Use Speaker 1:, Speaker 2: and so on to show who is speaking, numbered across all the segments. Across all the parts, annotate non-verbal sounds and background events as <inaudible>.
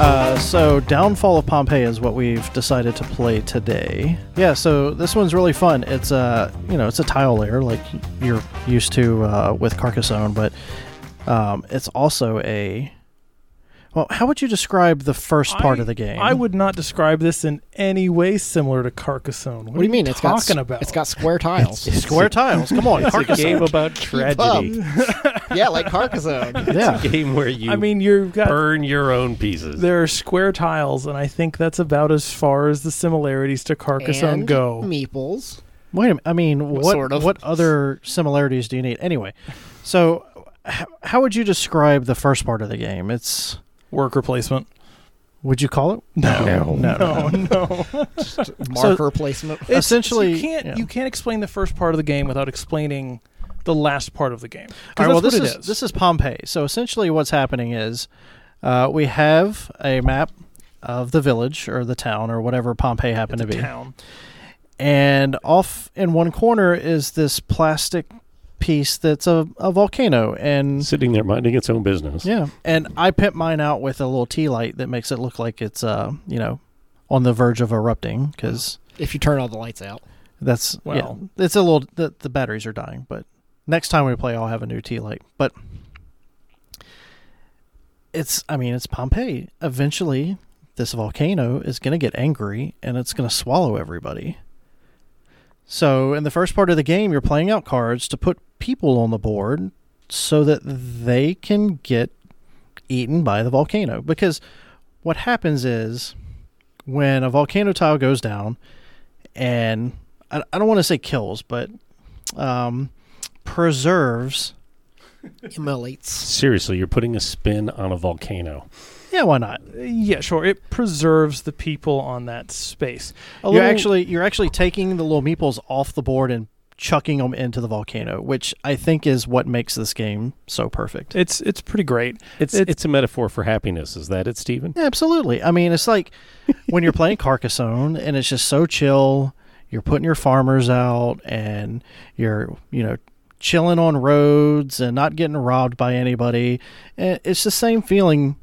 Speaker 1: Uh, So, Downfall of Pompeii is what we've decided to play today. Yeah, so this one's really fun. It's a you know it's a tile layer like you're used to uh, with Carcassonne, but um, it's also a well. How would you describe the first part
Speaker 2: I-
Speaker 1: of the game? <laughs>
Speaker 2: I would not describe this in any way similar to Carcassonne. What,
Speaker 3: What do you mean? It's got
Speaker 2: talking
Speaker 3: s-
Speaker 2: about?
Speaker 3: It's got square tiles.
Speaker 1: <laughs> square tiles. Come on,
Speaker 4: <laughs> It's a
Speaker 1: Carcassonne.
Speaker 4: game about
Speaker 3: up.
Speaker 4: tragedy.
Speaker 3: <laughs> yeah, like
Speaker 1: <laughs>
Speaker 3: Carcassonne.
Speaker 1: <laughs> Yeah,
Speaker 2: <laughs>
Speaker 4: game where you
Speaker 2: I mean, you've got
Speaker 4: burn your own pieces.
Speaker 2: there are square tiles, and I think that's about as far as the similarities to Carcassonne
Speaker 3: and
Speaker 2: go.
Speaker 3: Meeples.
Speaker 1: Wait a minute. I mean, what
Speaker 3: sort of.
Speaker 1: what other similarities do you need? Anyway, so h- how would you describe the first part of the game? It's
Speaker 2: Work replacement.
Speaker 1: would you call it?
Speaker 4: No.
Speaker 1: no,
Speaker 2: <laughs> No,
Speaker 1: <laughs>
Speaker 2: no.
Speaker 3: Marker placement.
Speaker 2: It's-
Speaker 1: Essentially,
Speaker 2: you can't
Speaker 1: yeah.
Speaker 2: you can't explain the first part of the game without explaining the last part of the game. 'Cause
Speaker 1: All right, well,
Speaker 2: that's
Speaker 1: this
Speaker 2: what
Speaker 1: is,
Speaker 2: it
Speaker 1: this is Pompeii. So essentially, what's happening is uh, we have a map of the village or the town or whatever Pompeii happened
Speaker 2: It's a
Speaker 1: to be,
Speaker 2: town.
Speaker 1: and off in one corner is this plastic piece that's a, a volcano, and
Speaker 4: Sitting there minding its own business.
Speaker 1: yeah, and I pimp mine out with a little tea light that makes it look like it's uh you know on the verge of erupting because
Speaker 3: If you turn all the lights out,
Speaker 1: that's well,
Speaker 2: Well-
Speaker 1: it's a little the, the batteries are dying, but next time we play, I'll have a new tea light, but. it's I mean it's Pompeii. Eventually, this volcano is going to get angry and it's going to swallow everybody. So, in the first part of the game, you're playing out cards to put people on the board so that they can get eaten by the volcano because what happens is when a volcano tile goes down and I, I don't want to say kills, but um, preserves.
Speaker 3: immolates.
Speaker 4: Seriously, you're putting a spin on a volcano.
Speaker 1: Yeah, why not?
Speaker 2: Uh, Yeah, sure. It preserves the people on that space. A
Speaker 1: you're
Speaker 2: little-
Speaker 1: actually you're actually taking the little meeples off the board and chucking them into the volcano, which I think is what makes this game so perfect.
Speaker 2: it's it's pretty great.
Speaker 4: It's,
Speaker 2: It's-
Speaker 4: it's a metaphor for happiness. Is that it, Stephen?
Speaker 1: Yeah, absolutely. I mean, it's like when you're playing Carcassonne <laughs> and it's just so chill. You're putting your farmers out and you're you know chilling on roads and not getting robbed by anybody. And It's the same feeling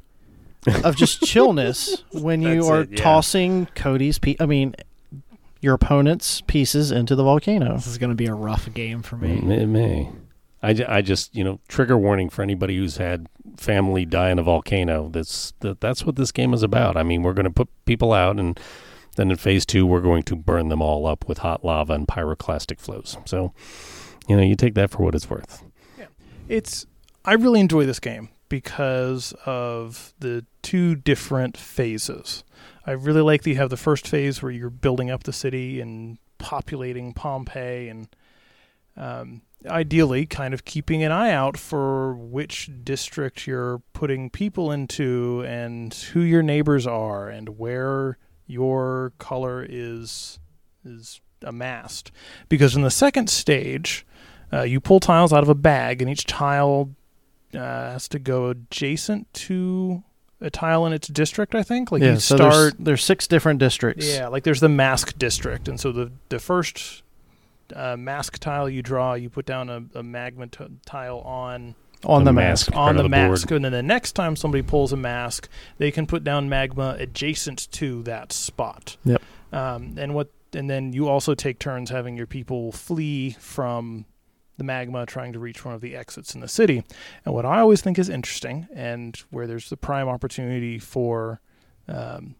Speaker 1: of
Speaker 4: <laughs>
Speaker 1: just chillness when you
Speaker 4: That's
Speaker 1: are
Speaker 4: it, yeah.
Speaker 1: tossing Cody's. Pe- I mean, your opponent's pieces into the volcano.
Speaker 3: This is going to be a rough game for me.
Speaker 4: Mm, It may. I, ju- I just you know trigger warning for anybody who's had family die in a volcano. That's that, that's what this game is about. I mean, we're going to put people out, and then in phase two, we're going to burn them all up with hot lava and pyroclastic flows. So, you know, you take that for what it's worth.
Speaker 2: It's I really enjoy this game because of the two different phases. I really like that you have the first phase where you're building up the city and populating Pompeii and um, ideally kind of keeping an eye out for which district you're putting people into and who your neighbors are and where your color is is amassed because in the second stage uh, you pull tiles out of a bag, and each tile uh, has to go adjacent to a tile in its district. I think, like you
Speaker 1: there's-
Speaker 2: start,
Speaker 1: There's, six different districts.
Speaker 2: yeah, like there's the mask district, and so the the first uh, mask tile you draw, you put down a, a magma t- tile on
Speaker 1: on the,
Speaker 4: The
Speaker 1: mask.
Speaker 4: mask.
Speaker 2: on
Speaker 4: part
Speaker 2: the,
Speaker 4: of the board.
Speaker 2: mask, and then the next time somebody pulls a mask, they can put down magma adjacent to that spot.
Speaker 1: Yep.
Speaker 2: Um, and what and then you also take turns having your people flee from the magma, trying to reach one of the exits in the city. And what I always think is interesting, and where there's the prime opportunity for, um,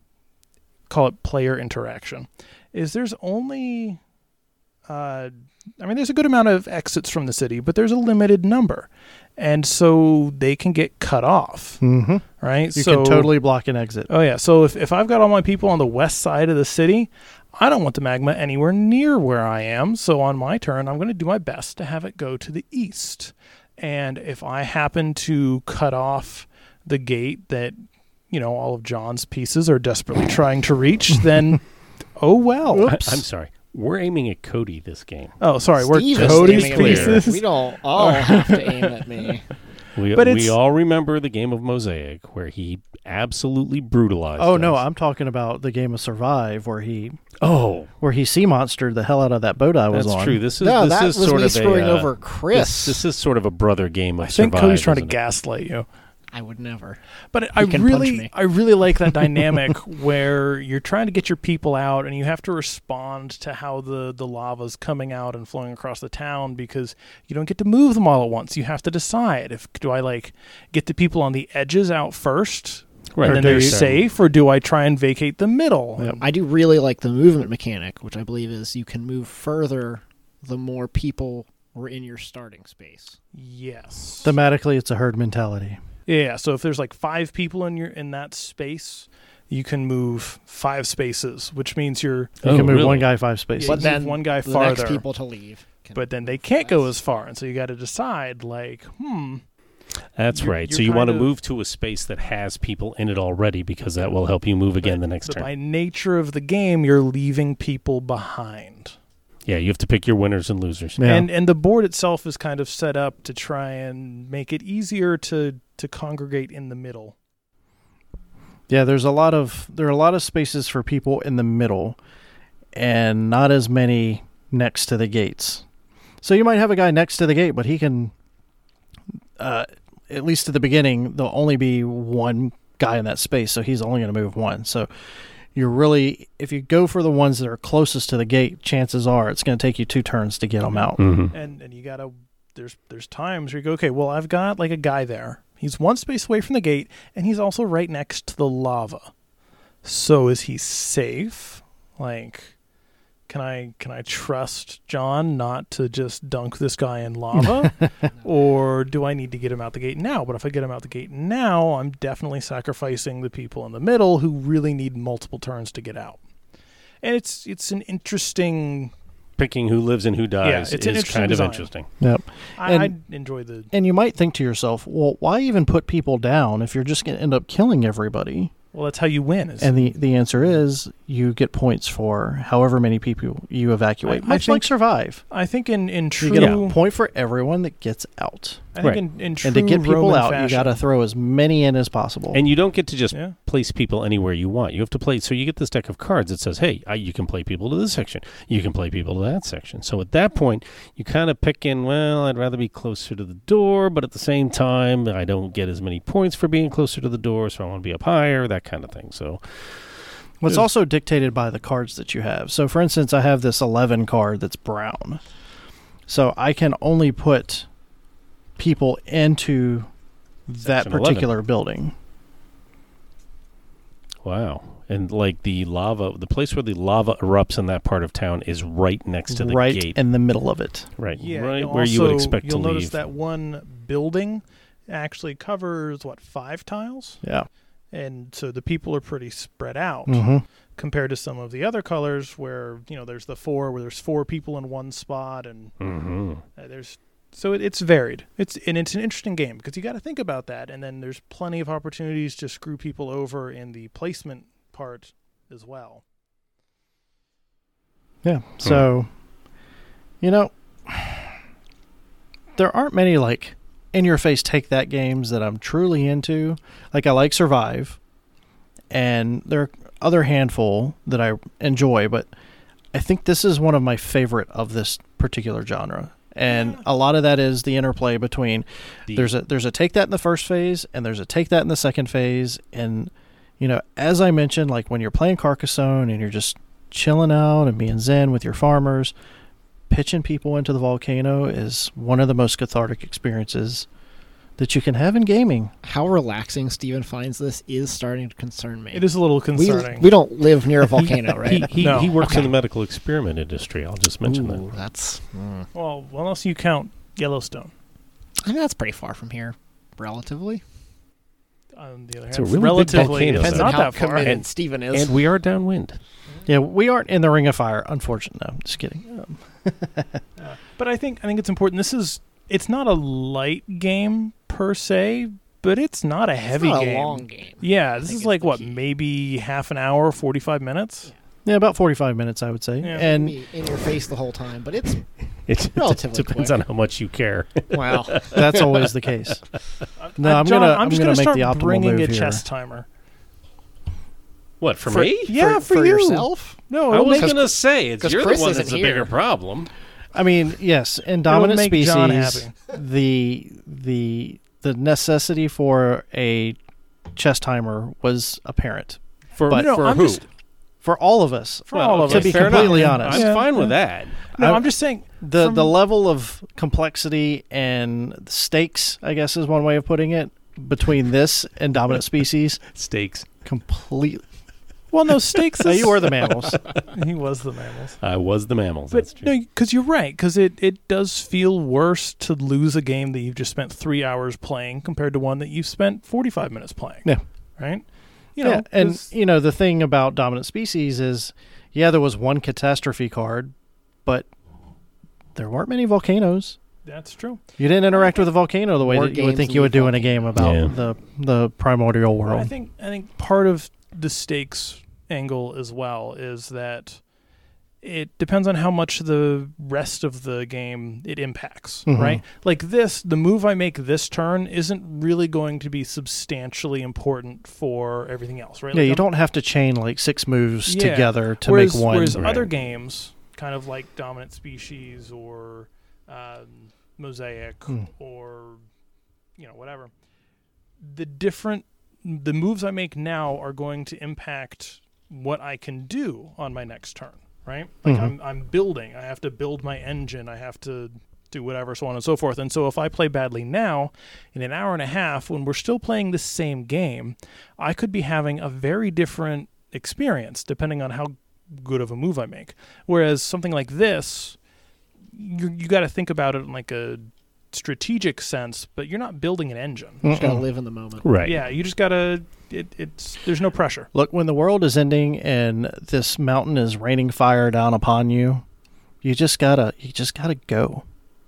Speaker 2: call it player interaction, is there's only. Uh, I mean, there's a good amount of exits from the city, but there's a limited number, and so they can get cut off,
Speaker 1: Mm-hmm.
Speaker 2: right?
Speaker 1: You
Speaker 2: so,
Speaker 1: can totally block an exit.
Speaker 2: Oh yeah. So if if I've got all my people on the west side of the city, I don't want the magma anywhere near where I am. So on my turn, I'm going to do my best to have it go to the east. And if I happen to cut off the gate that you know all of John's pieces are desperately trying to reach, then oh well.
Speaker 4: I, am sorry. We're aiming at Cody this game.
Speaker 2: Oh, sorry.
Speaker 3: Steve
Speaker 2: we're
Speaker 3: is
Speaker 2: Cody's
Speaker 3: aiming at me.
Speaker 2: pieces.
Speaker 3: We don't all have to aim at me.
Speaker 4: We,
Speaker 2: But
Speaker 4: we
Speaker 2: it's-
Speaker 4: all remember the game of Mosaic where he absolutely brutalized.
Speaker 1: Oh no,
Speaker 4: us.
Speaker 1: I'm talking about the game of Survive where he
Speaker 4: oh,
Speaker 1: where he sea monstered the hell out of that boat I was
Speaker 4: that's
Speaker 1: on.
Speaker 4: true. This is
Speaker 3: No,
Speaker 4: this
Speaker 3: that
Speaker 4: is
Speaker 3: was
Speaker 4: sort
Speaker 3: me
Speaker 4: of
Speaker 3: screwing
Speaker 4: a, uh,
Speaker 3: over Chris.
Speaker 4: This, this is sort of a brother game of
Speaker 2: I think
Speaker 4: survive,
Speaker 2: Cody's trying to
Speaker 4: isn't it?
Speaker 2: gaslight you.
Speaker 3: I would never.
Speaker 2: But I
Speaker 3: You can punch
Speaker 2: really,
Speaker 3: me.
Speaker 2: I really like
Speaker 3: <laughs>
Speaker 2: that dynamic where you're trying to get your people out, and you have to respond to how the the lava's coming out and flowing across the town because you don't get to move them all at once. You have to decide if do I like get the people on the edges out first,
Speaker 4: Right.
Speaker 2: and then they're safe, or do I try and vacate the middle?
Speaker 1: Yep.
Speaker 3: I do really like the movement mechanic, which I believe is you can move further the more people were in your starting space.
Speaker 2: Yes.
Speaker 1: Thematically, it's a herd mentality.
Speaker 2: yeah. So if there's like five people in your in that space, you can move five spaces, which means you're
Speaker 1: You
Speaker 4: Oh,
Speaker 1: can move
Speaker 4: really?
Speaker 1: one guy five spaces.
Speaker 3: But
Speaker 2: move
Speaker 3: then
Speaker 2: one guy
Speaker 3: The
Speaker 2: farther.
Speaker 3: next people to leave. can-
Speaker 2: but then they can't go as far and so you got to decide like hmm
Speaker 4: That's
Speaker 2: You're-
Speaker 4: right.
Speaker 2: you're
Speaker 4: So you want to
Speaker 2: kind of-
Speaker 4: move to a space that has people in it already because that will help you move again the next
Speaker 2: so
Speaker 4: turn.
Speaker 2: by nature of the game you're leaving people behind
Speaker 4: Yeah, you have to pick your winners and losers.
Speaker 1: Yeah.
Speaker 2: and and the board itself is kind of set up to try and make it easier to to congregate in the middle
Speaker 1: Yeah, there's a lot of there are a lot of spaces for people in the middle and not as many next to the gates. So you might have a guy next to the gate, but he can uh at least at the beginning there'll only be one guy in that space, so he's only going to move one. So you're really if you go for the ones that are closest to the gate, chances are it's going to take you two turns to get them out.
Speaker 4: hmm
Speaker 2: and and you got to there's there's times where you go okay well I've got like a guy there he's one space away from the gate and he's also right next to the lava so is he safe like can I can I trust John not to just dunk this guy in lava or do I need to get him out the gate now? But if I get him out the gate now, I'm definitely sacrificing the people in the middle who really need multiple turns to get out. And it's it's an interesting.
Speaker 4: Picking who lives and who dies
Speaker 2: it's an
Speaker 4: is kind
Speaker 2: interesting
Speaker 4: of
Speaker 2: design.
Speaker 4: interesting.
Speaker 2: I,
Speaker 1: And-
Speaker 2: I enjoy the
Speaker 1: And you might think to yourself, well, why even put people down if you're just going to end up killing everybody?
Speaker 2: well. That's how you win. Is
Speaker 1: And the, the answer is you get points for however many people you evacuate,
Speaker 2: I- I
Speaker 1: much
Speaker 2: think
Speaker 1: like survive.
Speaker 2: I think in in true
Speaker 1: You get a point for everyone that gets out.
Speaker 2: I think
Speaker 4: Right.
Speaker 2: in, in true
Speaker 1: and to get people
Speaker 2: Roman
Speaker 1: out, you
Speaker 2: fashion-
Speaker 1: got to throw as many in as possible.
Speaker 4: And you don't get to just
Speaker 2: yeah.
Speaker 4: place people anywhere you want. You have to play. So you get this deck of cards that says, "Hey, I, you can play people to this section. You can play people to that section." So at that point, you kind of pick in. Well, I'd rather be closer to the door, but at the same time, I don't get as many points for being closer to the door, so I want to be up higher. That kind of thing. So
Speaker 1: What's
Speaker 4: Yeah.
Speaker 1: also dictated by the cards that you have. So, for instance, I have this 11 card that's brown. So I can only put people into that
Speaker 4: Section 11.
Speaker 1: particular building.
Speaker 4: wow. And like the lava, the place where the lava erupts in that part of town is right next to the
Speaker 1: right
Speaker 4: gate,
Speaker 1: in the middle of it.
Speaker 4: right,
Speaker 2: Yeah,
Speaker 4: right
Speaker 2: you'll
Speaker 4: where you would
Speaker 2: also-
Speaker 4: expect to
Speaker 2: You'll notice
Speaker 4: leave.
Speaker 2: that one building actually covers what five tiles,
Speaker 1: Yeah.
Speaker 2: and so the people are pretty spread out
Speaker 1: hmm
Speaker 2: compared to some of the other colors, where you know there's the four, where there's four people in one spot, and
Speaker 4: hmm
Speaker 2: uh, there's so it, it's varied. It's and it's an interesting game because you got to think about that, and then there's plenty of opportunities to screw people over in the placement part as well.
Speaker 1: Yeah. So, you know, there aren't many like in your face take that games that I'm truly into. Like I like Survive, and there are other handful that I enjoy, but I think this is one of my favorite of this particular genre. And
Speaker 2: Yeah.
Speaker 1: a lot of that is the interplay between
Speaker 4: The-
Speaker 1: there's a there's a take that in the first phase and there's a take that in the second phase and you know as i mentioned like when you're playing carcassonne and you're just chilling out and being zen with your farmers pitching people into the volcano is one of the most cathartic experiences that you can have in gaming
Speaker 3: How relaxing Steven finds this is starting to concern me.
Speaker 2: It is a little
Speaker 3: We,
Speaker 2: concerning.
Speaker 3: we don't
Speaker 2: <laughs>
Speaker 3: live near a volcano, right?
Speaker 4: He, he,
Speaker 2: No.
Speaker 4: he works
Speaker 3: Okay.
Speaker 4: in the medical experiment industry. I'll just mention that.
Speaker 3: Ooh, that's. mm.
Speaker 2: well, unless you count Yellowstone.
Speaker 3: I mean, that's pretty far from here, relatively.
Speaker 2: on the other
Speaker 4: It's
Speaker 2: hand,
Speaker 4: a really big
Speaker 2: relatively,
Speaker 4: volcano,
Speaker 2: it's
Speaker 4: though.
Speaker 2: not
Speaker 3: how
Speaker 2: that far.
Speaker 3: committed
Speaker 4: And-
Speaker 3: Steven is.
Speaker 4: And we are downwind.
Speaker 1: yeah we aren't in the ring of fire unfortunately no, I'm just kidding
Speaker 2: But I think I think it's important. This is it's not a light game per se, but it's not a heavy
Speaker 3: it's not
Speaker 2: game.
Speaker 3: a long game.
Speaker 2: yeah, this
Speaker 3: think
Speaker 2: is
Speaker 3: it's
Speaker 2: like
Speaker 3: the
Speaker 2: what
Speaker 3: key.
Speaker 2: maybe half an hour, forty five minutes.
Speaker 1: yeah about 45 minutes i would say
Speaker 2: Yeah.
Speaker 1: and
Speaker 3: Be in your face the whole time,
Speaker 2: <laughs>
Speaker 3: but it's
Speaker 4: It <laughs>
Speaker 3: Relatively
Speaker 4: depends
Speaker 3: quick.
Speaker 4: on how much you care. <laughs>
Speaker 3: wow.
Speaker 1: that's always the
Speaker 2: <laughs>
Speaker 1: case no
Speaker 2: Uh,
Speaker 1: i'm
Speaker 2: John,
Speaker 1: gonna
Speaker 2: I'm,
Speaker 1: i'm,
Speaker 2: just
Speaker 1: gonna, make
Speaker 2: start
Speaker 1: the optimal
Speaker 2: bringing
Speaker 1: move
Speaker 2: a
Speaker 1: here.
Speaker 2: chess timer.
Speaker 4: What for,
Speaker 3: For-
Speaker 4: me?
Speaker 2: Yeah, for,
Speaker 3: for
Speaker 2: you.
Speaker 3: yourself.
Speaker 2: No,
Speaker 4: I
Speaker 2: it'll
Speaker 4: was
Speaker 2: make-
Speaker 4: gonna say it's
Speaker 3: 'cause
Speaker 4: you're
Speaker 3: Chris
Speaker 4: the one
Speaker 3: isn't
Speaker 4: that's the
Speaker 3: here.
Speaker 4: bigger problem.
Speaker 1: I mean, yes, in dominant
Speaker 2: make
Speaker 1: species,
Speaker 2: John happy.
Speaker 1: the the the necessity for a chess timer was apparent
Speaker 4: For,
Speaker 1: But-
Speaker 2: No,
Speaker 4: for
Speaker 2: I'm
Speaker 4: who?
Speaker 2: just-
Speaker 1: for all of us.
Speaker 2: For all of
Speaker 1: to
Speaker 2: us.
Speaker 1: be
Speaker 4: fair
Speaker 1: completely
Speaker 4: enough.
Speaker 1: honest.
Speaker 4: I'm
Speaker 2: Yeah.
Speaker 4: fine with that.
Speaker 2: No,
Speaker 1: I-
Speaker 2: I'm just saying. <laughs>
Speaker 1: the
Speaker 2: from-
Speaker 1: the level of complexity and stakes, I guess, is one way of putting it between this and
Speaker 2: <laughs>
Speaker 1: dominant species.
Speaker 4: Stakes.
Speaker 1: Completely,
Speaker 2: Well, no stakes.
Speaker 1: no, <laughs>
Speaker 2: is-
Speaker 1: you were the mammals.
Speaker 2: he was the mammals.
Speaker 4: I was the mammals.
Speaker 2: But
Speaker 4: that's true.
Speaker 2: no, because you're right. Because it, it does feel worse to lose a game that you've just spent three hours playing compared to one that you've spent 45 minutes playing.
Speaker 1: Yeah.
Speaker 2: Right. You know,
Speaker 1: yeah, and
Speaker 2: 'cause-
Speaker 1: you know the thing about dominant species is, yeah, there was one catastrophe card, but there weren't many volcanoes.
Speaker 2: that's true.
Speaker 1: You didn't interact with a volcano the way
Speaker 3: More
Speaker 1: that you would
Speaker 3: games
Speaker 1: think
Speaker 3: than
Speaker 1: you
Speaker 3: we
Speaker 1: would do in a game about
Speaker 4: Yeah.
Speaker 1: the the primordial
Speaker 2: I
Speaker 1: world.
Speaker 2: think I think part of the stakes angle as well is that it depends on how much the rest of the game it impacts,
Speaker 1: Mhm.
Speaker 2: right? Like this, the move I make this turn isn't really going to be substantially important for everything else, right?
Speaker 1: yeah,
Speaker 2: Like,
Speaker 1: you
Speaker 2: I'm-
Speaker 1: don't have to chain like six moves
Speaker 2: Yeah.
Speaker 1: together to
Speaker 2: whereas,
Speaker 1: make one.
Speaker 2: Whereas
Speaker 4: Right.
Speaker 2: other games, kind of like Dominant Species or um, Mosaic
Speaker 1: Hmm.
Speaker 2: or you know whatever, the different the moves I make now are going to impact what I can do on my next turn. Right? Like
Speaker 1: Mhm.
Speaker 2: I'm I'm building. I have to build my engine. I have to do whatever, so on and so forth. And so if I play badly now, in an hour and a half, when we're still playing the same game, I could be having a very different experience depending on how good of a move I make. Whereas something like this, you you got to think about it in like a strategic sense, but you're not building an engine.
Speaker 3: You just gotta
Speaker 1: Mm-mm.
Speaker 3: live in the moment.
Speaker 4: right.
Speaker 2: Yeah, you just got to. It, it's there's no pressure.
Speaker 1: Look, when the world is ending and this mountain is raining fire down upon you, you just gotta you just gotta go.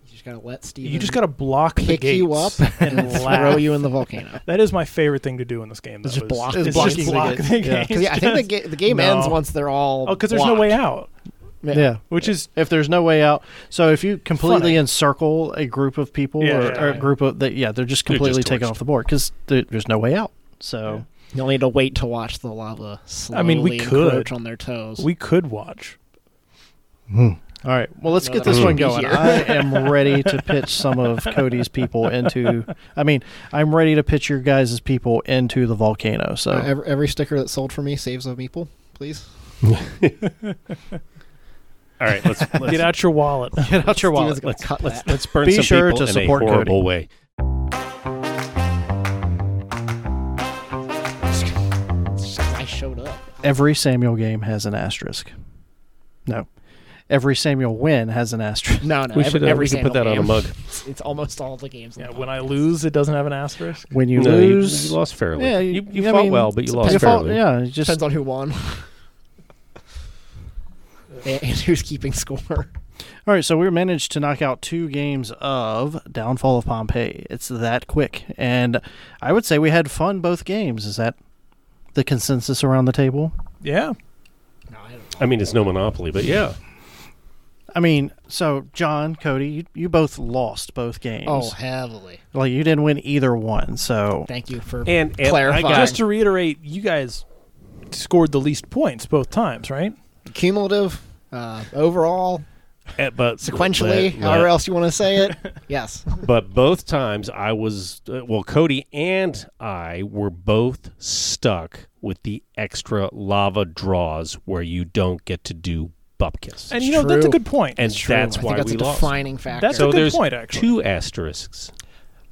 Speaker 3: You just gotta let Steven
Speaker 2: You just got to block the
Speaker 3: pick
Speaker 2: gates
Speaker 3: you up
Speaker 2: <laughs> and
Speaker 3: throw
Speaker 2: laugh.
Speaker 3: you in
Speaker 2: <laughs>
Speaker 3: the volcano.
Speaker 2: That is my favorite thing to do in this game.
Speaker 3: It's
Speaker 2: though,
Speaker 3: just block
Speaker 2: is
Speaker 3: the
Speaker 2: just
Speaker 3: gates.
Speaker 2: block
Speaker 1: Blocking the
Speaker 2: the
Speaker 1: gates.
Speaker 3: <laughs>
Speaker 2: gates.
Speaker 3: Because yeah, I think
Speaker 2: <laughs>
Speaker 3: the, ga- the game
Speaker 2: No.
Speaker 3: ends once they're all.
Speaker 2: oh, because there's no way
Speaker 3: blocked.
Speaker 2: out,
Speaker 3: Yeah.
Speaker 2: which is
Speaker 1: If there's no way out, so if you completely
Speaker 2: Funny.
Speaker 1: encircle a group of people
Speaker 2: Yeah,
Speaker 1: or,
Speaker 2: yeah,
Speaker 1: or
Speaker 2: yeah.
Speaker 1: a group of that, yeah, they're just
Speaker 4: They're just
Speaker 1: completely taken
Speaker 4: torched.
Speaker 1: off the board because there's no way out. So
Speaker 3: You'll need to wait to watch the lava slowly
Speaker 2: I mean, we could.
Speaker 3: encroach on their toes.
Speaker 2: we could watch.
Speaker 3: Hmm.
Speaker 1: all right, well, let's
Speaker 3: No,
Speaker 1: get
Speaker 3: that
Speaker 1: this
Speaker 4: would
Speaker 1: one
Speaker 3: be
Speaker 4: <laughs>
Speaker 1: going.
Speaker 3: here.
Speaker 1: I am ready to pitch some of Cody's people into. I mean, I'm ready to pitch your guys' people into the volcano. So
Speaker 3: Uh, every, every sticker that's sold for me saves a meeple, please.
Speaker 4: All
Speaker 3: <laughs>
Speaker 4: right. Let's, let's
Speaker 2: Get out your wallet.
Speaker 1: <laughs> get out your wallet.
Speaker 3: Steven's gonna cut
Speaker 4: let's,
Speaker 3: that.
Speaker 4: let's burn
Speaker 1: Be
Speaker 4: some
Speaker 1: sure
Speaker 4: people
Speaker 1: to
Speaker 4: in a
Speaker 1: support
Speaker 4: horrible
Speaker 1: Cody.
Speaker 4: way.
Speaker 3: I showed up.
Speaker 1: Every Samuel game has an asterisk. No. Every Samuel win has an asterisk.
Speaker 3: No, no.
Speaker 4: we
Speaker 3: every,
Speaker 4: should, uh,
Speaker 3: every
Speaker 4: we should put
Speaker 3: single
Speaker 4: that on a
Speaker 3: game.
Speaker 4: mug.
Speaker 3: It's, it's almost all the games. in
Speaker 2: Yeah,
Speaker 3: the
Speaker 2: when I
Speaker 3: podcast.
Speaker 2: lose, it doesn't have an asterisk.
Speaker 1: When you
Speaker 4: No,
Speaker 1: lose,
Speaker 4: you, lost fairly.
Speaker 1: Yeah,
Speaker 4: you, you
Speaker 1: I
Speaker 4: fought
Speaker 1: mean,
Speaker 4: well, but you lost
Speaker 1: you fall-
Speaker 4: fairly.
Speaker 1: yeah, you just
Speaker 3: depends on who
Speaker 4: <laughs>
Speaker 3: won and, and who's keeping score.
Speaker 1: all right. So we managed to knock out two games of Downfall of Pompeii. It's that quick, and I would say we had fun both games. Is that the consensus around the table?
Speaker 2: Yeah.
Speaker 3: No, I don't.
Speaker 4: I mean, it's no monopoly, but yeah.
Speaker 1: I mean, so John, Cody, you, you both lost both games.
Speaker 3: Oh, heavily.
Speaker 1: like you didn't win either one. So
Speaker 3: Thank you for
Speaker 4: And, and I
Speaker 3: Clarify.
Speaker 4: got,
Speaker 2: Just to reiterate, you guys scored the least points both times, right?
Speaker 3: cumulative, uh, overall,
Speaker 4: eh, but
Speaker 3: sequentially,
Speaker 4: but-
Speaker 3: however else you want to say <laughs> it. yes.
Speaker 4: But both times I was, uh, well, Cody and I were both stuck with the extra lava draws where you don't get to do bupkis.
Speaker 2: And you know that's a
Speaker 3: true.
Speaker 2: good point.
Speaker 4: And that's
Speaker 3: I
Speaker 4: why
Speaker 3: think that's
Speaker 4: we
Speaker 3: a
Speaker 4: lost.
Speaker 3: defining factor.
Speaker 2: That's
Speaker 4: so
Speaker 2: a good
Speaker 4: there's
Speaker 2: point, actually.
Speaker 4: two asterisks.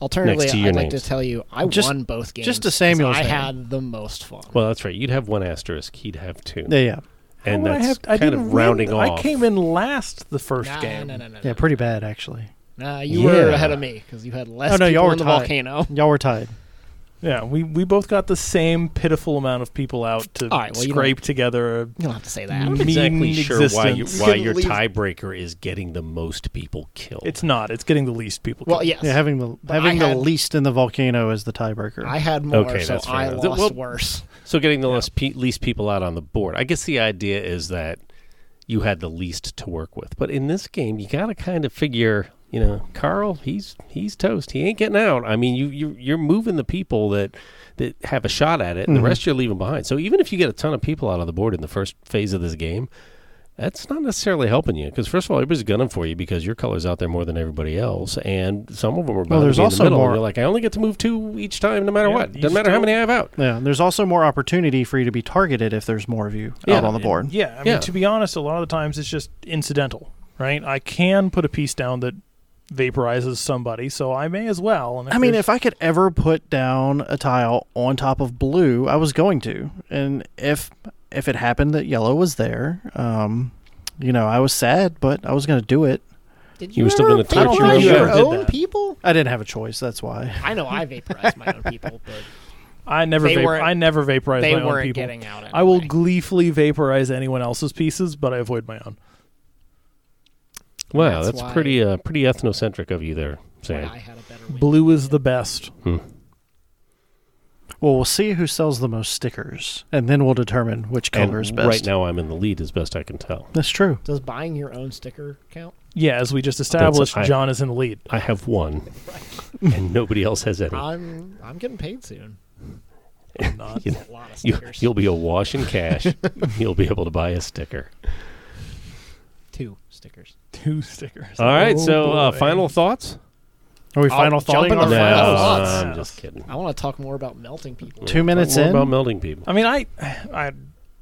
Speaker 3: Alternatively,
Speaker 4: next to your
Speaker 3: I'd like to
Speaker 4: names.
Speaker 3: tell you I
Speaker 1: Just-
Speaker 3: won both games.
Speaker 1: just to
Speaker 3: 'cause
Speaker 1: Samuel's
Speaker 3: I
Speaker 1: name.
Speaker 3: had the most fun.
Speaker 4: Well, that's right. You'd have one asterisk. He'd have two.
Speaker 1: yeah, yeah,
Speaker 2: How
Speaker 4: and
Speaker 2: would
Speaker 4: that's
Speaker 2: I have, I
Speaker 4: kind
Speaker 2: didn't
Speaker 4: of rounding
Speaker 2: win.
Speaker 4: off.
Speaker 2: I came in last the first
Speaker 3: nah,
Speaker 2: game.
Speaker 3: No, no, no, no.
Speaker 1: yeah, pretty bad actually.
Speaker 3: Nah, you were
Speaker 4: Yeah.
Speaker 3: ahead of me because you had less
Speaker 1: Oh, no, y'all
Speaker 3: people
Speaker 1: were
Speaker 3: in the
Speaker 1: tied.
Speaker 3: volcano.
Speaker 1: Y'all were tied.
Speaker 2: Yeah, we, we both got the same pitiful amount of people out to
Speaker 3: All right, well, you
Speaker 2: scrape together. a-
Speaker 3: You don't have to say that.
Speaker 4: I'm not exactly
Speaker 2: mean
Speaker 4: sure why, you,
Speaker 2: existence.
Speaker 4: why
Speaker 3: You
Speaker 4: your
Speaker 3: can leave-
Speaker 4: tiebreaker is getting the most people killed.
Speaker 2: It's not. It's getting the least people.
Speaker 3: Well,
Speaker 2: killed.
Speaker 3: yes.
Speaker 1: Yeah, having the
Speaker 3: But
Speaker 1: having
Speaker 3: I
Speaker 1: the
Speaker 3: had-
Speaker 1: least in the volcano is the tiebreaker.
Speaker 3: I had more,
Speaker 4: Okay,
Speaker 3: so
Speaker 4: that's fair
Speaker 3: I lost
Speaker 4: enough. Th- well-
Speaker 3: worse.
Speaker 4: so getting the less pe- least people out on the board. I guess the idea is that you had the least to work with. But in this game, you got to kind of figure, you know, Carl, he's he's toast. He ain't getting out. I mean, you you you're moving the people that that have a shot at it, and
Speaker 1: Mhm.
Speaker 4: the rest you're leaving behind. So even if you get a ton of people out on the board in the first phase of this game, that's not necessarily helping you because first of all, everybody's gunning for you because your color's out there more than everybody else, and some of them are. bound to
Speaker 1: there's
Speaker 4: be in
Speaker 1: also
Speaker 4: the middle,
Speaker 1: more-
Speaker 4: And you're like, I only get to move two each time, no matter
Speaker 2: Yeah,
Speaker 4: what.
Speaker 2: you
Speaker 4: Doesn't matter how
Speaker 2: still-
Speaker 4: many I have out.
Speaker 1: Yeah, and there's also more opportunity for you to be targeted if there's more of you
Speaker 4: Yeah.
Speaker 1: out on the board.
Speaker 2: Yeah, I mean,
Speaker 4: Yeah.
Speaker 2: to be honest, a lot of the times it's just incidental, right? I can put a piece down that vaporizes somebody, so I may as well. And
Speaker 1: I mean,
Speaker 2: there's-
Speaker 1: if I could ever put down a tile on top of blue, I was going to. And if if it happened that yellow was there, um, you know, I was sad, but I was going to do it.
Speaker 3: Did
Speaker 4: You were still
Speaker 3: ever
Speaker 4: gonna torture
Speaker 3: vaporize
Speaker 2: your
Speaker 3: your
Speaker 2: own did
Speaker 3: own
Speaker 2: that.
Speaker 3: people?
Speaker 1: I didn't have a choice. That's why.
Speaker 3: I know I vaporized my own people, but
Speaker 2: I never,
Speaker 3: they
Speaker 2: vap-
Speaker 3: weren't-
Speaker 2: I never vaporize
Speaker 3: they
Speaker 2: my own
Speaker 3: weren't
Speaker 2: people.
Speaker 3: getting out. Anyway.
Speaker 2: I will gleefully vaporize anyone else's pieces, but I avoid my own.
Speaker 4: Wow,
Speaker 3: That's
Speaker 4: that's,
Speaker 3: why-
Speaker 4: pretty uh, pretty ethnocentric of you there,
Speaker 3: Why
Speaker 4: Sam.
Speaker 3: I had a better win.
Speaker 2: Blue is the best.
Speaker 4: Hmm.
Speaker 1: Well, we'll see who sells the most stickers, and then we'll determine which
Speaker 4: And
Speaker 1: color is best.
Speaker 4: Right now, I'm in the lead, as best I can tell.
Speaker 1: That's true.
Speaker 3: Does buying your own sticker count?
Speaker 2: Yeah, as we just established,
Speaker 4: high-
Speaker 2: John is in the lead.
Speaker 4: I
Speaker 3: <laughs>
Speaker 4: have one, and nobody else has any.
Speaker 3: I'm I'm getting paid
Speaker 4: <laughs>
Speaker 3: soon.
Speaker 2: Not.
Speaker 4: You-
Speaker 3: A lot of
Speaker 4: You,
Speaker 3: stickers.
Speaker 4: you'll be awash in
Speaker 3: <laughs>
Speaker 4: cash. you'll be able to buy a sticker.
Speaker 3: two stickers.
Speaker 2: Two stickers.
Speaker 4: All right.
Speaker 2: Oh,
Speaker 4: so, uh,
Speaker 2: boy.
Speaker 4: final thoughts?
Speaker 1: Are we
Speaker 3: I'll
Speaker 1: final
Speaker 3: jump
Speaker 1: thought?
Speaker 3: in the
Speaker 4: no,
Speaker 3: final thoughts.
Speaker 4: I'm just kidding.
Speaker 3: I want to talk more about melting people.
Speaker 1: Two minutes
Speaker 4: More
Speaker 1: in?
Speaker 4: about melding people.
Speaker 2: I mean, I, I,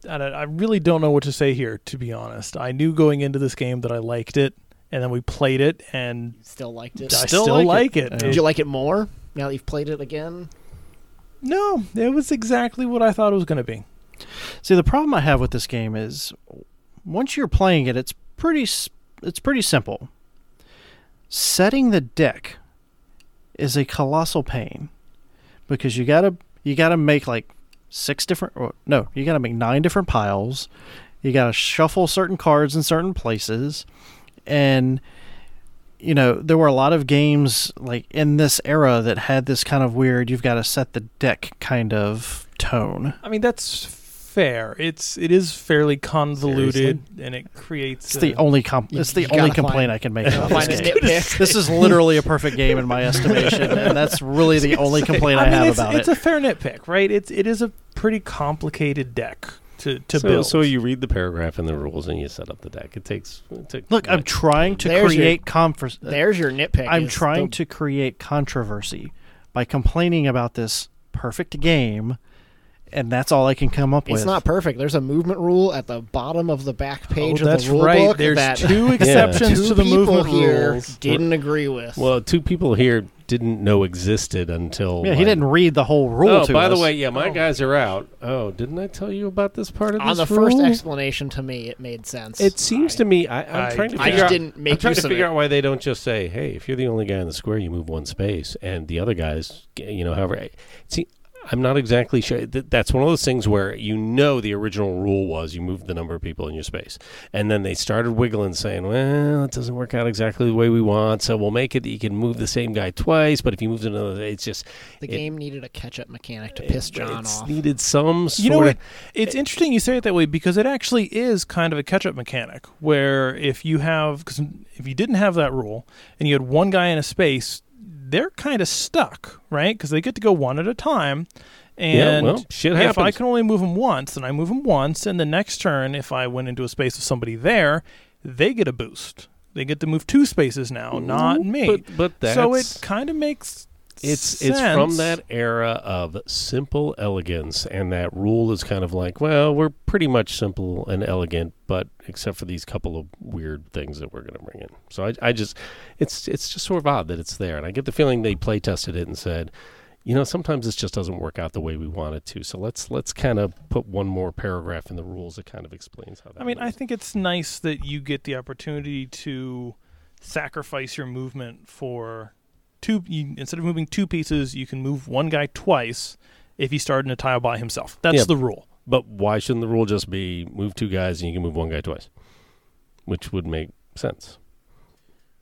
Speaker 2: I, don't- I really don't know what to say here. To be honest, I knew going into this game that I liked it, and then we played it, and
Speaker 3: Still liked
Speaker 2: I
Speaker 3: it.
Speaker 1: Just-
Speaker 2: still, like
Speaker 1: like
Speaker 2: it.
Speaker 1: it.
Speaker 3: Did you like it more now that you've played it again?
Speaker 2: no, it was exactly what I thought it was going to be.
Speaker 1: See, the problem I have with this game is once you're playing it, it's pretty s- it's pretty simple. Setting the deck is a colossal pain because you got to you got to make like six different or no, you got to make nine different piles. You got to shuffle certain cards in certain places and you know, there were a lot of games like in this era that had this kind of weird you've got to set the deck kind of tone.
Speaker 2: I mean, that's fair. It's it is fairly convoluted, and it creates.
Speaker 1: It's
Speaker 2: a-
Speaker 1: the only comp-
Speaker 3: You-
Speaker 1: it's the
Speaker 3: you
Speaker 1: only
Speaker 3: gotta find-
Speaker 1: complaint I can
Speaker 3: <laughs>
Speaker 1: make about
Speaker 3: Find
Speaker 1: this
Speaker 3: a
Speaker 1: game.
Speaker 3: nitpick.
Speaker 1: This is literally a perfect game in my estimation, and that's really the only complaint I,
Speaker 2: I mean,
Speaker 1: have
Speaker 2: it's,
Speaker 1: about
Speaker 2: it's
Speaker 1: it.
Speaker 2: a fair nitpick, right? It's it is a pretty complicated deck to to
Speaker 4: so,
Speaker 2: build.
Speaker 4: so you read the paragraph and the rules, and you set up the deck. It takes. It takes
Speaker 1: Look, I'm trying to
Speaker 3: There's your-
Speaker 1: create confer-
Speaker 3: There's your nitpick.
Speaker 1: I'm
Speaker 3: is
Speaker 1: trying
Speaker 3: the-
Speaker 1: to create controversy by complaining about this perfect game, and that's all I can come up
Speaker 3: It's
Speaker 1: with.
Speaker 3: not perfect. There's a movement rule at the bottom of the back page
Speaker 2: oh,
Speaker 3: of
Speaker 2: that's
Speaker 3: the rule
Speaker 2: right.
Speaker 3: book
Speaker 2: There's
Speaker 3: that <laughs>
Speaker 2: two exceptions
Speaker 3: two
Speaker 2: to the
Speaker 3: people
Speaker 2: movement
Speaker 3: here
Speaker 2: rules.
Speaker 3: didn't agree with.
Speaker 4: well, two people here didn't know existed until.
Speaker 1: yeah, he
Speaker 4: like-
Speaker 1: didn't read the whole rule.
Speaker 4: Oh,
Speaker 1: to
Speaker 4: by the
Speaker 1: us.
Speaker 4: way, yeah, my
Speaker 3: Oh.
Speaker 4: guys are out. Oh, didn't I tell you about this part of
Speaker 3: on the
Speaker 4: this
Speaker 3: first
Speaker 4: rule?
Speaker 3: explanation to me, it made sense.
Speaker 4: It seems
Speaker 3: I-
Speaker 4: to me I, I'm
Speaker 2: I-
Speaker 4: trying to
Speaker 2: I
Speaker 4: figure
Speaker 2: just
Speaker 4: out.
Speaker 3: didn't make
Speaker 4: I'm trying
Speaker 3: use
Speaker 4: to
Speaker 3: of
Speaker 4: figure
Speaker 3: it.
Speaker 4: out why they don't just say, "Hey, if you're the only guy in the square, you move one space," and the other guys, g- you know, however. See, I'm not exactly sure. Th- That's one of those things where you know the original rule was you move the number of people in your space, and then they started wiggling, saying, "Well, it doesn't work out exactly the way we want, so we'll make it that you can move the same guy twice, but if you move another, it's just
Speaker 3: the
Speaker 4: it-
Speaker 3: game needed a catch-up mechanic to piss John
Speaker 4: it's
Speaker 3: off.
Speaker 4: needed some sort
Speaker 2: You know
Speaker 4: of
Speaker 2: what? It's interesting you say it that way because it actually is kind of a catch-up mechanic where if you have cause if you didn't have that rule and you had one guy in a space, they're kind of stuck, right? Because they get to go one at a time,
Speaker 4: yeah,
Speaker 2: and
Speaker 4: well, shit happens.
Speaker 2: if I can only move them once, then I move them once, and the next turn, if I went into a space with somebody there, they get a boost. They get to move two spaces now, Oh, not me.
Speaker 4: But, but that's
Speaker 2: so it kind of makes
Speaker 4: it's
Speaker 2: sense.
Speaker 4: it's from that era of simple elegance, and that rule is kind of like, well, we're pretty much simple and elegant, but except for these couple of weird things that we're going to bring in. So I, I just, it's it's just sort of odd that it's there, and I get the feeling they play tested it and said. You know, sometimes this just doesn't work out the way we want it to. So let's let's kind of put one more paragraph in the rules that kind of explains how that.
Speaker 2: I mean, I
Speaker 4: works.
Speaker 2: think it's nice that you get the opportunity to sacrifice your movement for two. You, instead of moving two pieces, you can move one guy twice if he started in a tile by himself. That's
Speaker 4: Yeah.
Speaker 2: the rule.
Speaker 4: But why shouldn't the rule just be move two guys and you can move one guy twice? Which would make sense.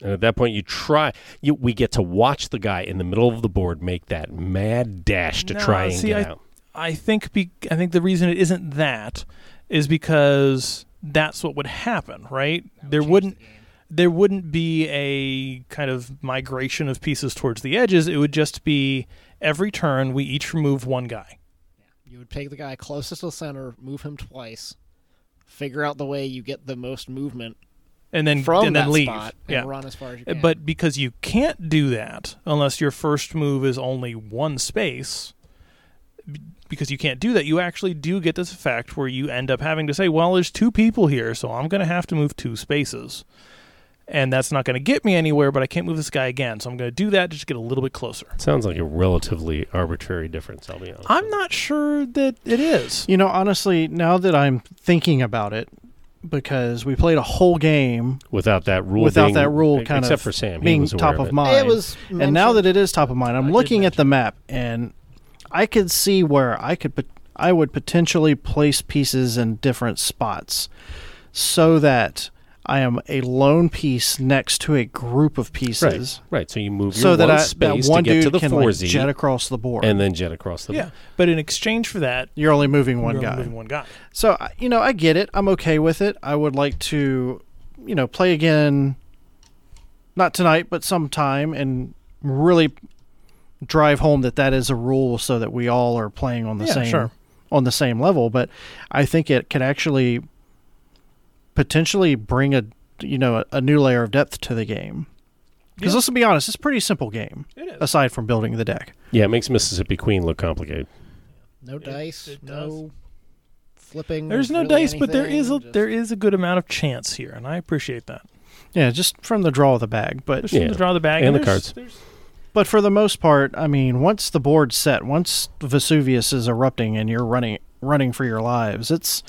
Speaker 4: And at that point, you try. You, we get to watch the guy in the middle of the board make that mad dash to
Speaker 2: No,
Speaker 4: try and
Speaker 2: see,
Speaker 4: get
Speaker 2: I-
Speaker 4: out.
Speaker 2: I think. Be, I think the reason it isn't that is because that's what would happen, right?
Speaker 3: That would
Speaker 2: there
Speaker 3: change
Speaker 2: wouldn't.
Speaker 3: the game.
Speaker 2: there wouldn't be a kind of migration of pieces towards the edges. It would just be every turn we each remove one guy.
Speaker 3: You would take the guy closest to the center, move him twice, Figure out the way you get the most movement
Speaker 2: and then
Speaker 3: from
Speaker 2: and
Speaker 3: that
Speaker 2: then leave.
Speaker 3: spot and
Speaker 2: yeah. Uh,
Speaker 3: run as far as you can.
Speaker 2: But because you can't do that unless your first move is only one space, b- because you can't do that, you actually do get this effect where you end up having to say, well, there's two people here, so I'm going to have to move two spaces. And that's not going to get me anywhere, but I can't move this guy again, so I'm going to do that to just get a little bit closer.
Speaker 4: Sounds like a relatively arbitrary difference, I'll be honest.
Speaker 2: I'm not sure that it is.
Speaker 1: You know, honestly, now that I'm thinking about it, because we played a whole game
Speaker 4: without that rule
Speaker 1: without
Speaker 4: being-
Speaker 1: that rule
Speaker 4: e-
Speaker 1: kind
Speaker 4: except
Speaker 1: of
Speaker 4: for Sam he
Speaker 1: being
Speaker 4: was aware
Speaker 1: top
Speaker 4: of,
Speaker 1: of,
Speaker 4: it.
Speaker 1: mind.
Speaker 3: it was
Speaker 1: and now that it is top of mind, I'm
Speaker 2: I did
Speaker 1: looking at the map and I could see where I could pot- I would potentially place pieces in different spots so that I am a lone piece next to a group of pieces.
Speaker 4: Right, so you move
Speaker 1: So
Speaker 4: your
Speaker 1: that,
Speaker 4: one
Speaker 1: I, that
Speaker 4: space
Speaker 1: one
Speaker 4: to get
Speaker 1: dude
Speaker 4: to the
Speaker 1: can
Speaker 4: four
Speaker 1: like,
Speaker 4: Z,
Speaker 1: jet across the board.
Speaker 4: and then jet across the
Speaker 2: Yeah. But in exchange for that,
Speaker 1: You're only moving one
Speaker 2: you're only
Speaker 1: guy.
Speaker 2: moving one guy.
Speaker 1: So I- you know, I get it. I'm okay with it. I would like to, you know, play again, not tonight, but sometime, and really drive home that that is a rule, so that we all are playing on the
Speaker 2: Yeah,
Speaker 1: same
Speaker 2: sure.
Speaker 1: on the same level. But I think it could actually potentially bring a you know a, a new layer of depth to the game. Because
Speaker 2: Yeah.
Speaker 1: let's be honest, it's a pretty simple game
Speaker 2: It is.
Speaker 1: aside from building the deck.
Speaker 4: Yeah, it makes Mississippi Queen look complicated.
Speaker 3: no
Speaker 2: it-
Speaker 3: dice,
Speaker 2: it
Speaker 3: no flipping.
Speaker 2: There's no
Speaker 3: really
Speaker 2: dice, but there
Speaker 3: anything,
Speaker 2: is a
Speaker 3: just-
Speaker 2: there is a good amount of chance here, and I appreciate that.
Speaker 1: Yeah, just from the draw of the bag, but
Speaker 2: There's something
Speaker 4: Yeah.
Speaker 2: to draw the bag
Speaker 4: And the
Speaker 2: there's-
Speaker 4: cards.
Speaker 2: there's-
Speaker 1: But for the most part, I mean, once the board's set, once Vesuvius is erupting and you're running running for your lives, it's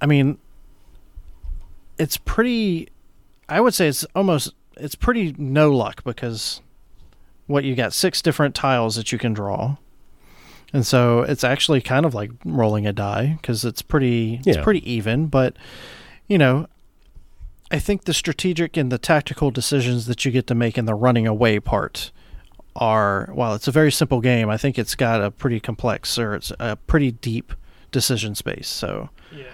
Speaker 1: I mean it's pretty I would say it's almost it's pretty no luck because what you got six different tiles that you can draw. And so it's actually kind of like rolling a die cuz it's pretty it's
Speaker 4: Yeah.
Speaker 1: pretty even, but you know, I think the strategic and the tactical decisions that you get to make in the running away part are while it's a very simple game, I think it's got a pretty complex or it's a pretty deep decision space. So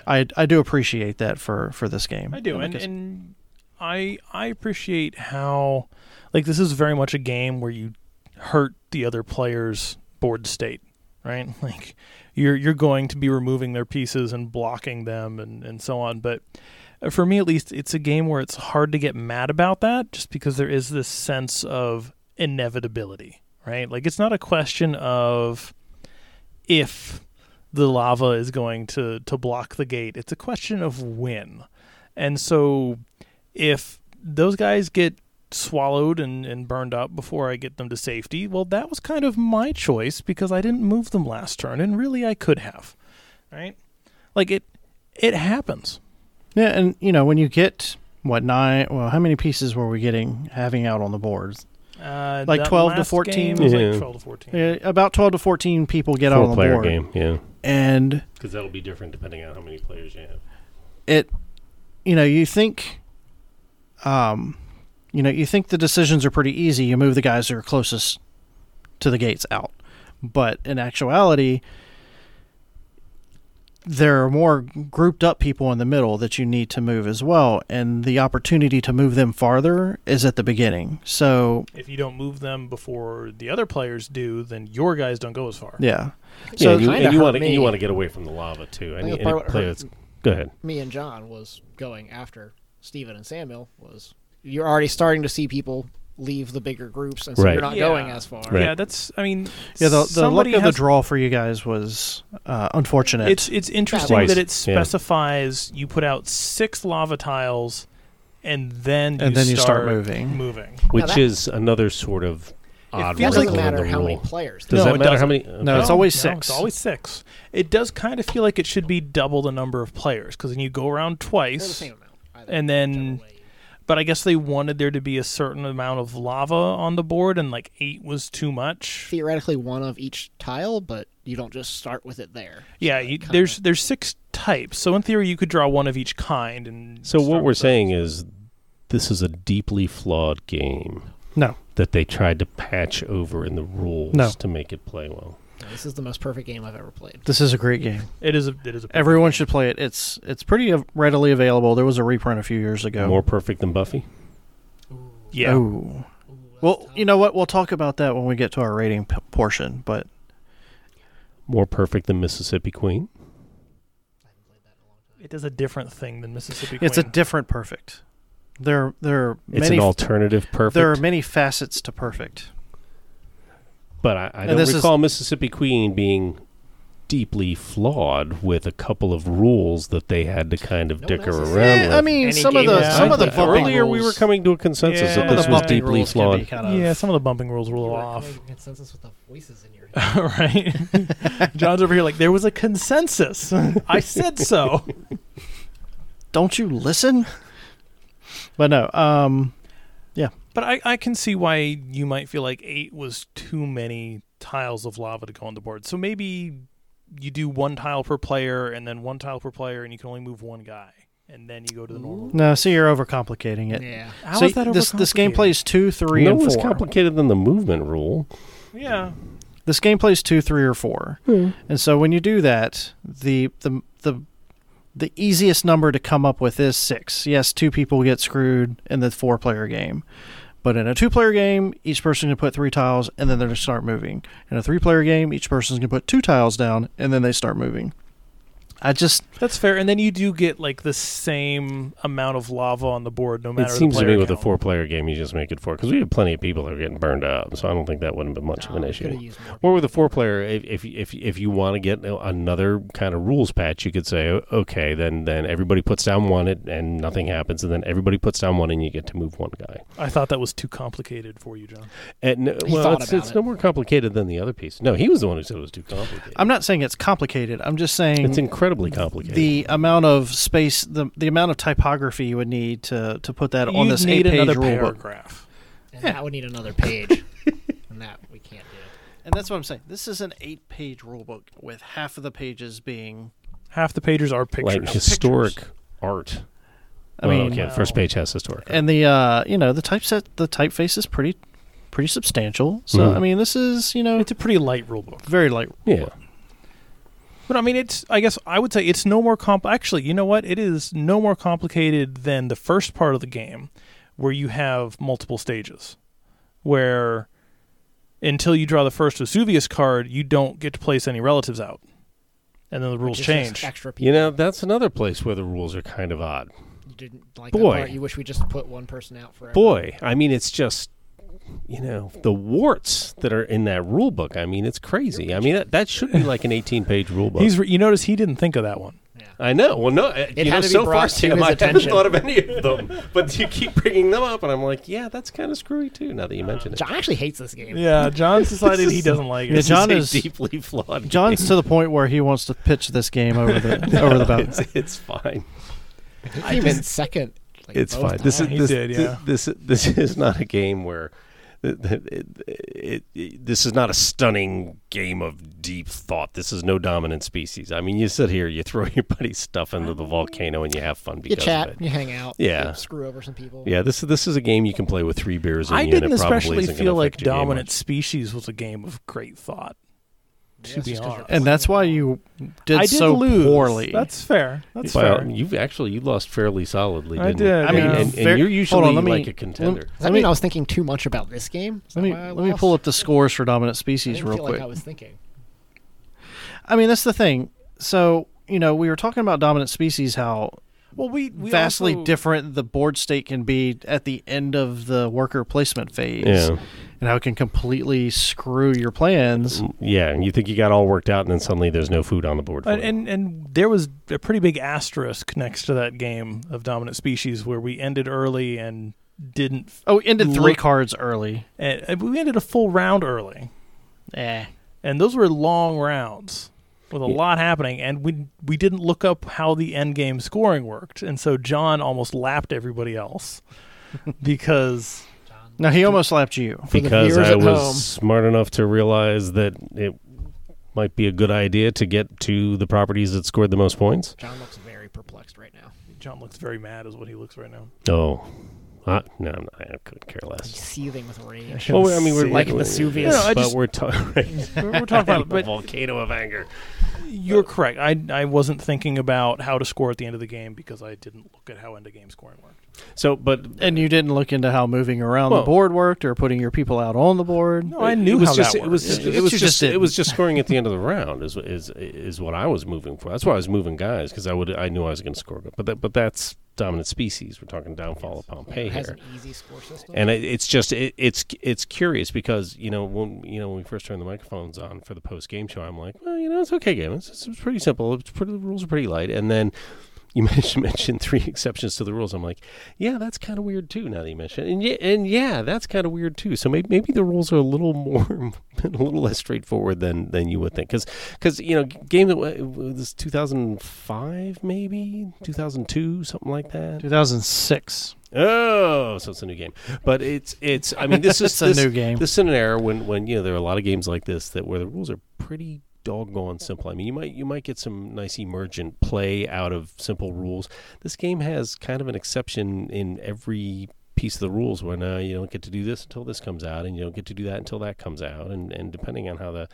Speaker 1: I I do appreciate that for for this game.
Speaker 2: I do,
Speaker 1: And like
Speaker 2: and,
Speaker 1: I s-
Speaker 2: and I I appreciate how like this is very much a game where you hurt the other player's board state, right? <laughs> Like you're you're going to be removing their pieces and blocking them and and so on. But uh, for me, at least, it's a game where it's hard to get mad about that, just because there is this sense of inevitability, right? Like it's not a question of if the lava is going to to block the gate. It's a question of when. And so if those guys get swallowed and, and burned up before I get them to safety, well, that was kind of my choice because I didn't move them last turn, and really I could have, right? Like it, it happens.
Speaker 1: yeah, and you know when you get what nine? Well, how many pieces were we getting having out on the boards?
Speaker 2: Uh,
Speaker 1: Like
Speaker 2: that
Speaker 1: 12 to
Speaker 2: last
Speaker 1: 14?
Speaker 2: game was
Speaker 4: Yeah.
Speaker 2: like twelve to fourteen.
Speaker 1: Yeah, about twelve to fourteen people get out on the
Speaker 4: Four player
Speaker 1: board,
Speaker 4: game, yeah.
Speaker 1: and
Speaker 4: Because that'll be different depending on how many players you have.
Speaker 1: it you know you think um you know you think the decisions are pretty easy you move the guys who are closest to the gates out but in actuality there are more grouped up people in the middle that you need to move as well and the opportunity to move them farther is at the beginning so
Speaker 2: If you don't move them before the other players do, then your guys don't go as far.
Speaker 1: yeah
Speaker 4: So
Speaker 3: So
Speaker 4: yeah, you,
Speaker 3: kinda
Speaker 4: and you
Speaker 3: hurt
Speaker 4: want to
Speaker 3: me.
Speaker 4: you want to get away from the lava too.
Speaker 3: I
Speaker 4: Any,
Speaker 3: think the
Speaker 4: any
Speaker 3: part what
Speaker 4: player
Speaker 3: hurt
Speaker 4: that's go ahead.
Speaker 3: me and John was going after Steven and Samuel was you're already starting to see people leave the bigger groups and so
Speaker 4: Right.
Speaker 3: you're not
Speaker 2: Yeah.
Speaker 3: going as far.
Speaker 4: Right.
Speaker 2: Yeah, that's. I mean,
Speaker 1: yeah the, the luck
Speaker 2: somebody
Speaker 1: of the
Speaker 2: has
Speaker 1: draw for you guys was uh, unfortunate
Speaker 2: It's it's interesting
Speaker 4: Twice,
Speaker 2: that it
Speaker 4: yeah.
Speaker 2: specifies you put out six lava tiles, and then
Speaker 1: and
Speaker 2: you
Speaker 1: then
Speaker 2: start
Speaker 1: you start moving
Speaker 2: moving.
Speaker 4: Which
Speaker 3: that-
Speaker 4: is another sort of odd
Speaker 3: It doesn't
Speaker 4: wrinkle in
Speaker 3: matter
Speaker 4: the
Speaker 3: how many
Speaker 4: rule.
Speaker 3: players.
Speaker 4: Does
Speaker 2: No,
Speaker 4: that
Speaker 2: it
Speaker 4: matter how many?
Speaker 1: No, it's always six.
Speaker 2: It's always six. It does kind of feel like it should be double the number of players because then you go around
Speaker 3: They're the
Speaker 2: twice.
Speaker 3: same amount. either
Speaker 2: and then-
Speaker 3: whichever way you-
Speaker 2: But I guess they wanted there to be a certain amount of lava on the board, and like eight was too much.
Speaker 3: theoretically one of each tile, but you don't just start with it there.
Speaker 2: Yeah,
Speaker 3: So
Speaker 2: you,
Speaker 3: kinda-
Speaker 2: there's there's six types, so in theory you could draw one of each kind. And
Speaker 4: So what
Speaker 2: start
Speaker 4: we're
Speaker 2: with those.
Speaker 4: saying is, this is a deeply flawed game
Speaker 1: no
Speaker 4: that they tried to patch over in the rules
Speaker 1: No.
Speaker 4: to make it play well.
Speaker 3: this is the most perfect game I've ever played.
Speaker 1: this is a great game
Speaker 2: it is a it is a
Speaker 1: Everyone should play it. It's it's pretty av- readily available. There was a reprint a few years ago.
Speaker 4: More perfect than Buffy.
Speaker 2: yeah.
Speaker 1: Ooh. Well, you know what? We'll talk about that when we get to our rating p- portion. But
Speaker 4: More perfect than Mississippi Queen.
Speaker 2: It does a different thing than Mississippi Queen.
Speaker 1: It's a different perfect. There, there are
Speaker 4: It's
Speaker 1: many.
Speaker 4: an alternative perfect.
Speaker 1: there are many facets to perfect.
Speaker 4: But I, I
Speaker 1: And
Speaker 4: don't
Speaker 1: this is-
Speaker 4: recall Mississippi Queen being deeply flawed with a couple of rules that they had to kind of
Speaker 3: No,
Speaker 4: dicker
Speaker 3: that's-
Speaker 4: around
Speaker 1: Eh,
Speaker 4: with.
Speaker 1: I mean,
Speaker 3: Any
Speaker 1: some of
Speaker 3: game
Speaker 1: the
Speaker 2: design
Speaker 1: some of the
Speaker 4: I
Speaker 2: thing.
Speaker 4: thought
Speaker 1: bumping
Speaker 4: earlier we were
Speaker 1: rules-
Speaker 4: coming to a consensus
Speaker 2: Yeah.
Speaker 4: that
Speaker 1: some of
Speaker 4: this
Speaker 1: the
Speaker 4: was
Speaker 1: bumping
Speaker 4: deeply
Speaker 1: rules can be
Speaker 4: flawed.
Speaker 1: kind of-
Speaker 2: yeah, some of the bumping rules were a little off.
Speaker 3: Consensus with the voices in your head.
Speaker 2: <laughs> right. John's over here like there was a consensus. I said so.
Speaker 1: Don't you listen? But no, um,
Speaker 2: But I, I can see why you might feel like eight was too many tiles of lava to go on the board. So maybe you do one tile per player and then one tile per player and you can only move one guy and then you go to the normal.
Speaker 1: no. See, you're overcomplicating it.
Speaker 3: Yeah.
Speaker 2: How
Speaker 1: See,
Speaker 2: is that
Speaker 1: this this game
Speaker 2: overcomplicated?
Speaker 1: plays two, three,
Speaker 4: No
Speaker 1: and
Speaker 4: was
Speaker 1: four.
Speaker 4: complicated than the movement rule.
Speaker 2: Yeah.
Speaker 1: this game plays two, three, or four, and so when you do that, the the the the easiest number to come up with is six. Yes, two people get screwed in the four player game, but in a two player game, each person can put three tiles and then they're going to start moving. In a three player game, each person's going to put two tiles down and then they start moving. I just
Speaker 2: That's fair. And then you do get like the same amount of lava on the board no matter
Speaker 4: It seems
Speaker 2: the
Speaker 4: to
Speaker 2: player
Speaker 4: me with a
Speaker 2: count.
Speaker 4: four-player game, you just make it four because we had plenty of people that were getting burned up. So I don't think that would have been much of an
Speaker 3: Nah,
Speaker 4: issue.
Speaker 3: Oh, could've used more
Speaker 4: Or with a four player, if if if, if you want to get another kind of rules patch, you could say, "O- okay, then then everybody puts down one and, and nothing happens, and then everybody puts down one and you get to move one guy.
Speaker 2: I thought that was too complicated for you, John.
Speaker 4: And no,
Speaker 3: He
Speaker 4: well,
Speaker 3: thought
Speaker 4: it's,
Speaker 3: about
Speaker 4: it's
Speaker 3: it.
Speaker 4: no more complicated than the other piece. No, he was the one who said it was too complicated.
Speaker 1: I'm not saying it's complicated. I'm just saying
Speaker 4: it's incredibly complicated.
Speaker 1: the amount of space, the the amount of typography you would need to to put that on
Speaker 2: You'd
Speaker 1: this
Speaker 2: need
Speaker 1: eight page
Speaker 2: another
Speaker 1: rule book.
Speaker 2: paragraph.
Speaker 3: And
Speaker 1: Yeah.
Speaker 3: that would need another page.
Speaker 2: <laughs>
Speaker 3: and that we can't do.
Speaker 1: And that's what I'm saying. This is an eight page rule book with half of the pages being.
Speaker 2: Half the pages are pictures.
Speaker 4: like <laughs> historic art.
Speaker 1: I
Speaker 4: well,
Speaker 1: mean,
Speaker 4: okay,
Speaker 2: Wow.
Speaker 4: first page has historic. art.
Speaker 1: and the uh, you know the typeset, the typeface is pretty, pretty substantial. So
Speaker 4: Mhm.
Speaker 1: I mean, this is you know
Speaker 2: It's a pretty light rule book.
Speaker 1: very light.
Speaker 4: yeah,
Speaker 2: But I mean, it's. I guess I would say it's no more comp. Actually, you know what? It is no more complicated than the first part of the game, where you have multiple stages, where until you draw the first Vesuvius card, you don't get to place any relatives out, and then the rules
Speaker 3: Just those
Speaker 2: change.
Speaker 3: Extra people.
Speaker 4: you know that's another place where the rules are kind of odd.
Speaker 3: You didn't like
Speaker 4: Boy.
Speaker 3: that part. You wish we just put one person out for
Speaker 4: boy, I mean, it's just you know the warts that are in that rule book. I mean, it's crazy. I mean, that, that should be like an eighteen-page rule book.
Speaker 2: He's. Re- you notice he didn't think of that one.
Speaker 3: Yeah.
Speaker 4: I know. Well, no, it
Speaker 3: It
Speaker 4: you
Speaker 3: had
Speaker 4: know,
Speaker 3: to be
Speaker 4: so
Speaker 3: brought
Speaker 4: far,
Speaker 3: to
Speaker 4: Sam,
Speaker 3: his
Speaker 4: I haven't
Speaker 3: attention.
Speaker 4: thought of any of them, but you keep bringing them up, and I'm like, yeah, that's kind of screwy too. Now that you mention it,
Speaker 3: John actually hates this game.
Speaker 2: Yeah, John <laughs> decided he doesn't like
Speaker 1: Yeah,
Speaker 2: it.
Speaker 1: John
Speaker 4: a
Speaker 1: is-
Speaker 4: deeply flawed.
Speaker 1: John's
Speaker 4: game.
Speaker 1: to the point where he wants to pitch this game over the over the bow.
Speaker 4: <laughs> it's, it's fine.
Speaker 3: He came in second. Like,
Speaker 4: It's
Speaker 3: both
Speaker 4: fine. This is
Speaker 3: times.
Speaker 2: He
Speaker 4: this,
Speaker 2: did, yeah.
Speaker 4: this this is not a game where th- th- it, it, it, this is not a stunning game of deep thought. This is no dominant species. I mean, you sit here, you throw your buddy's stuff into the volcano, and you have fun
Speaker 3: you
Speaker 4: because
Speaker 3: chat,
Speaker 4: of it.
Speaker 3: you hang out,
Speaker 4: Yeah.
Speaker 3: you screw over some people.
Speaker 4: Yeah, this this is a game you can play with three beers. In
Speaker 2: I
Speaker 4: you,
Speaker 2: didn't
Speaker 4: and it probably
Speaker 2: especially
Speaker 4: isn't gonna
Speaker 2: feel like
Speaker 4: affect your game
Speaker 2: Dominant
Speaker 4: much.
Speaker 2: Species was a game of great thought.
Speaker 3: Yeah,
Speaker 2: To
Speaker 3: it's
Speaker 2: be
Speaker 3: just 'cause you're
Speaker 2: honest.
Speaker 1: And that's why you did,
Speaker 2: I did
Speaker 1: so
Speaker 2: lose.
Speaker 1: poorly.
Speaker 2: That's fair. That's
Speaker 4: Well,
Speaker 2: fair.
Speaker 4: you've actually you lost fairly solidly.
Speaker 2: I
Speaker 4: Didn't
Speaker 2: did,
Speaker 4: You?
Speaker 2: I
Speaker 4: And-
Speaker 2: mean,
Speaker 4: and, and
Speaker 1: fair-
Speaker 4: you're
Speaker 1: hold on,
Speaker 4: usually
Speaker 1: let me-
Speaker 4: like a contender.
Speaker 3: Does that
Speaker 1: Let
Speaker 3: mean
Speaker 1: me-
Speaker 3: I was thinking too much about this game? Is that
Speaker 1: let me
Speaker 3: why I
Speaker 1: let me
Speaker 3: lost?
Speaker 1: pull up the scores for dominant
Speaker 3: I
Speaker 1: species
Speaker 3: didn't
Speaker 1: real
Speaker 3: feel
Speaker 1: quick.
Speaker 3: Like I was thinking.
Speaker 1: I mean, that's the thing. So, you know, we were talking about dominant species, how
Speaker 2: well, we, we
Speaker 1: vastly
Speaker 2: also-
Speaker 1: different the board state can be at the end of the worker placement phase.
Speaker 4: Yeah,
Speaker 1: And how it can completely screw your plans.
Speaker 4: yeah. And you think you got all worked out, and then suddenly there's no food on the board. For
Speaker 2: And,
Speaker 4: you.
Speaker 2: and and there was a pretty big asterisk next to that game of Dominant Species where we ended early and didn't.
Speaker 1: Oh, we ended three
Speaker 2: Look-
Speaker 1: cards early.
Speaker 2: And and we ended a full round early,
Speaker 1: Eh.
Speaker 2: and those were long rounds with a
Speaker 4: Yeah.
Speaker 2: lot happening. And we we didn't look up how the end game scoring worked, and so John almost lapped everybody else <laughs> because
Speaker 3: John.
Speaker 1: Now, he almost slapped you.
Speaker 3: For the
Speaker 4: because
Speaker 3: viewers
Speaker 4: I
Speaker 3: at
Speaker 4: was
Speaker 3: home.
Speaker 4: smart enough to realize that it might be a good idea to get to the properties that scored the most points.
Speaker 3: John looks very perplexed right now.
Speaker 2: John looks very mad, is what he looks right now.
Speaker 4: Oh, Uh, no, I'm not- I couldn't care
Speaker 3: He's
Speaker 4: less.
Speaker 3: seething with rage.
Speaker 2: Well, I mean,
Speaker 3: we're- Like
Speaker 4: we-
Speaker 3: Vesuvius.
Speaker 2: No, I
Speaker 4: but
Speaker 2: just-
Speaker 4: we're <laughs> talking.
Speaker 2: we're, we're talking about it,
Speaker 4: the
Speaker 2: but
Speaker 4: volcano of anger.
Speaker 2: You're correct. I, I wasn't thinking about how to score at the end of the game because I didn't look at how end of game scoring worked.
Speaker 4: So, but
Speaker 1: And you didn't look into how moving around
Speaker 4: Well-
Speaker 1: the board worked or putting your people out on the board.
Speaker 2: No, I knew
Speaker 4: it was
Speaker 2: how
Speaker 4: just
Speaker 2: that
Speaker 4: it
Speaker 2: worked.
Speaker 4: was
Speaker 1: Yeah.
Speaker 4: it was
Speaker 1: You
Speaker 4: just,
Speaker 1: just
Speaker 4: it
Speaker 1: didn't.
Speaker 4: was just scoring at the end of the round is is is what I was moving for. That's why I was moving guys because I would I knew I was going to score. But that, but that's dominant species. We're talking downfall of Pompeii
Speaker 3: It has
Speaker 4: here.
Speaker 3: an easy score system.
Speaker 4: And it, it's just it, it's it's curious because you know when you know when we first turned the microphones on for the post game show, I'm like, well, you know, it's okay game. It's, it's, it's pretty simple. It's pretty, the rules are pretty light. And then you <laughs> mentioned, mentioned three exceptions to the rules. I'm like, yeah, that's kind of weird too. Now that you mention, it. and yeah, and yeah, that's kind of weird too. So maybe maybe the rules are a little more <laughs> a little less straightforward than than you would think because because you know g- game that wa- was 2005 maybe 2002 something like that
Speaker 1: 2006.
Speaker 4: Oh, so it's a new game, but it's it's. I
Speaker 1: <laughs>
Speaker 4: mean, this is
Speaker 1: It's
Speaker 4: this,
Speaker 1: a new game.
Speaker 4: This is an era when when you know there are a lot of games like this that where the rules are pretty doggone simple. I mean, you might you might get some nice emergent play out of simple rules. This game has kind of an exception in every piece of the rules where now you don't get to do this until this comes out and you don't get to do that until that comes out and and depending on how the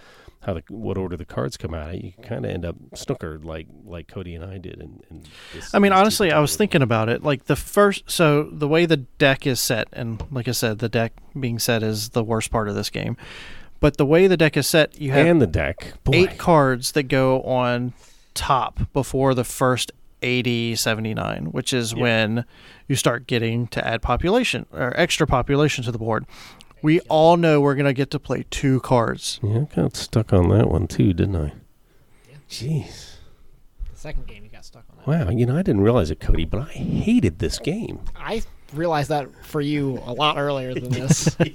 Speaker 4: how the what order the cards come out you kind of end up snookered like like Cody and I did and, and this-
Speaker 1: I mean,
Speaker 4: these two
Speaker 1: honestly, I was
Speaker 4: particular-
Speaker 1: thinking about it. Like the first, so the way the deck is set, and like I said, the deck being set is the worst part of this game. But the way the deck is set, you have
Speaker 4: and the deck Boy.
Speaker 1: eight cards that go on top before the first 80 79 which is
Speaker 4: Yeah.
Speaker 1: when you start getting to add population or extra population to the board we all know we're going to get to play two cards
Speaker 4: Yeah, I got stuck on that one too, didn't I?
Speaker 3: Yeah.
Speaker 4: Jeez.
Speaker 3: the second game, you got stuck on that.
Speaker 4: Wow, you know, I didn't realize it, Cody, but I hated this game.
Speaker 3: I realized that for you a lot earlier
Speaker 1: <laughs>
Speaker 3: than this. <laughs> you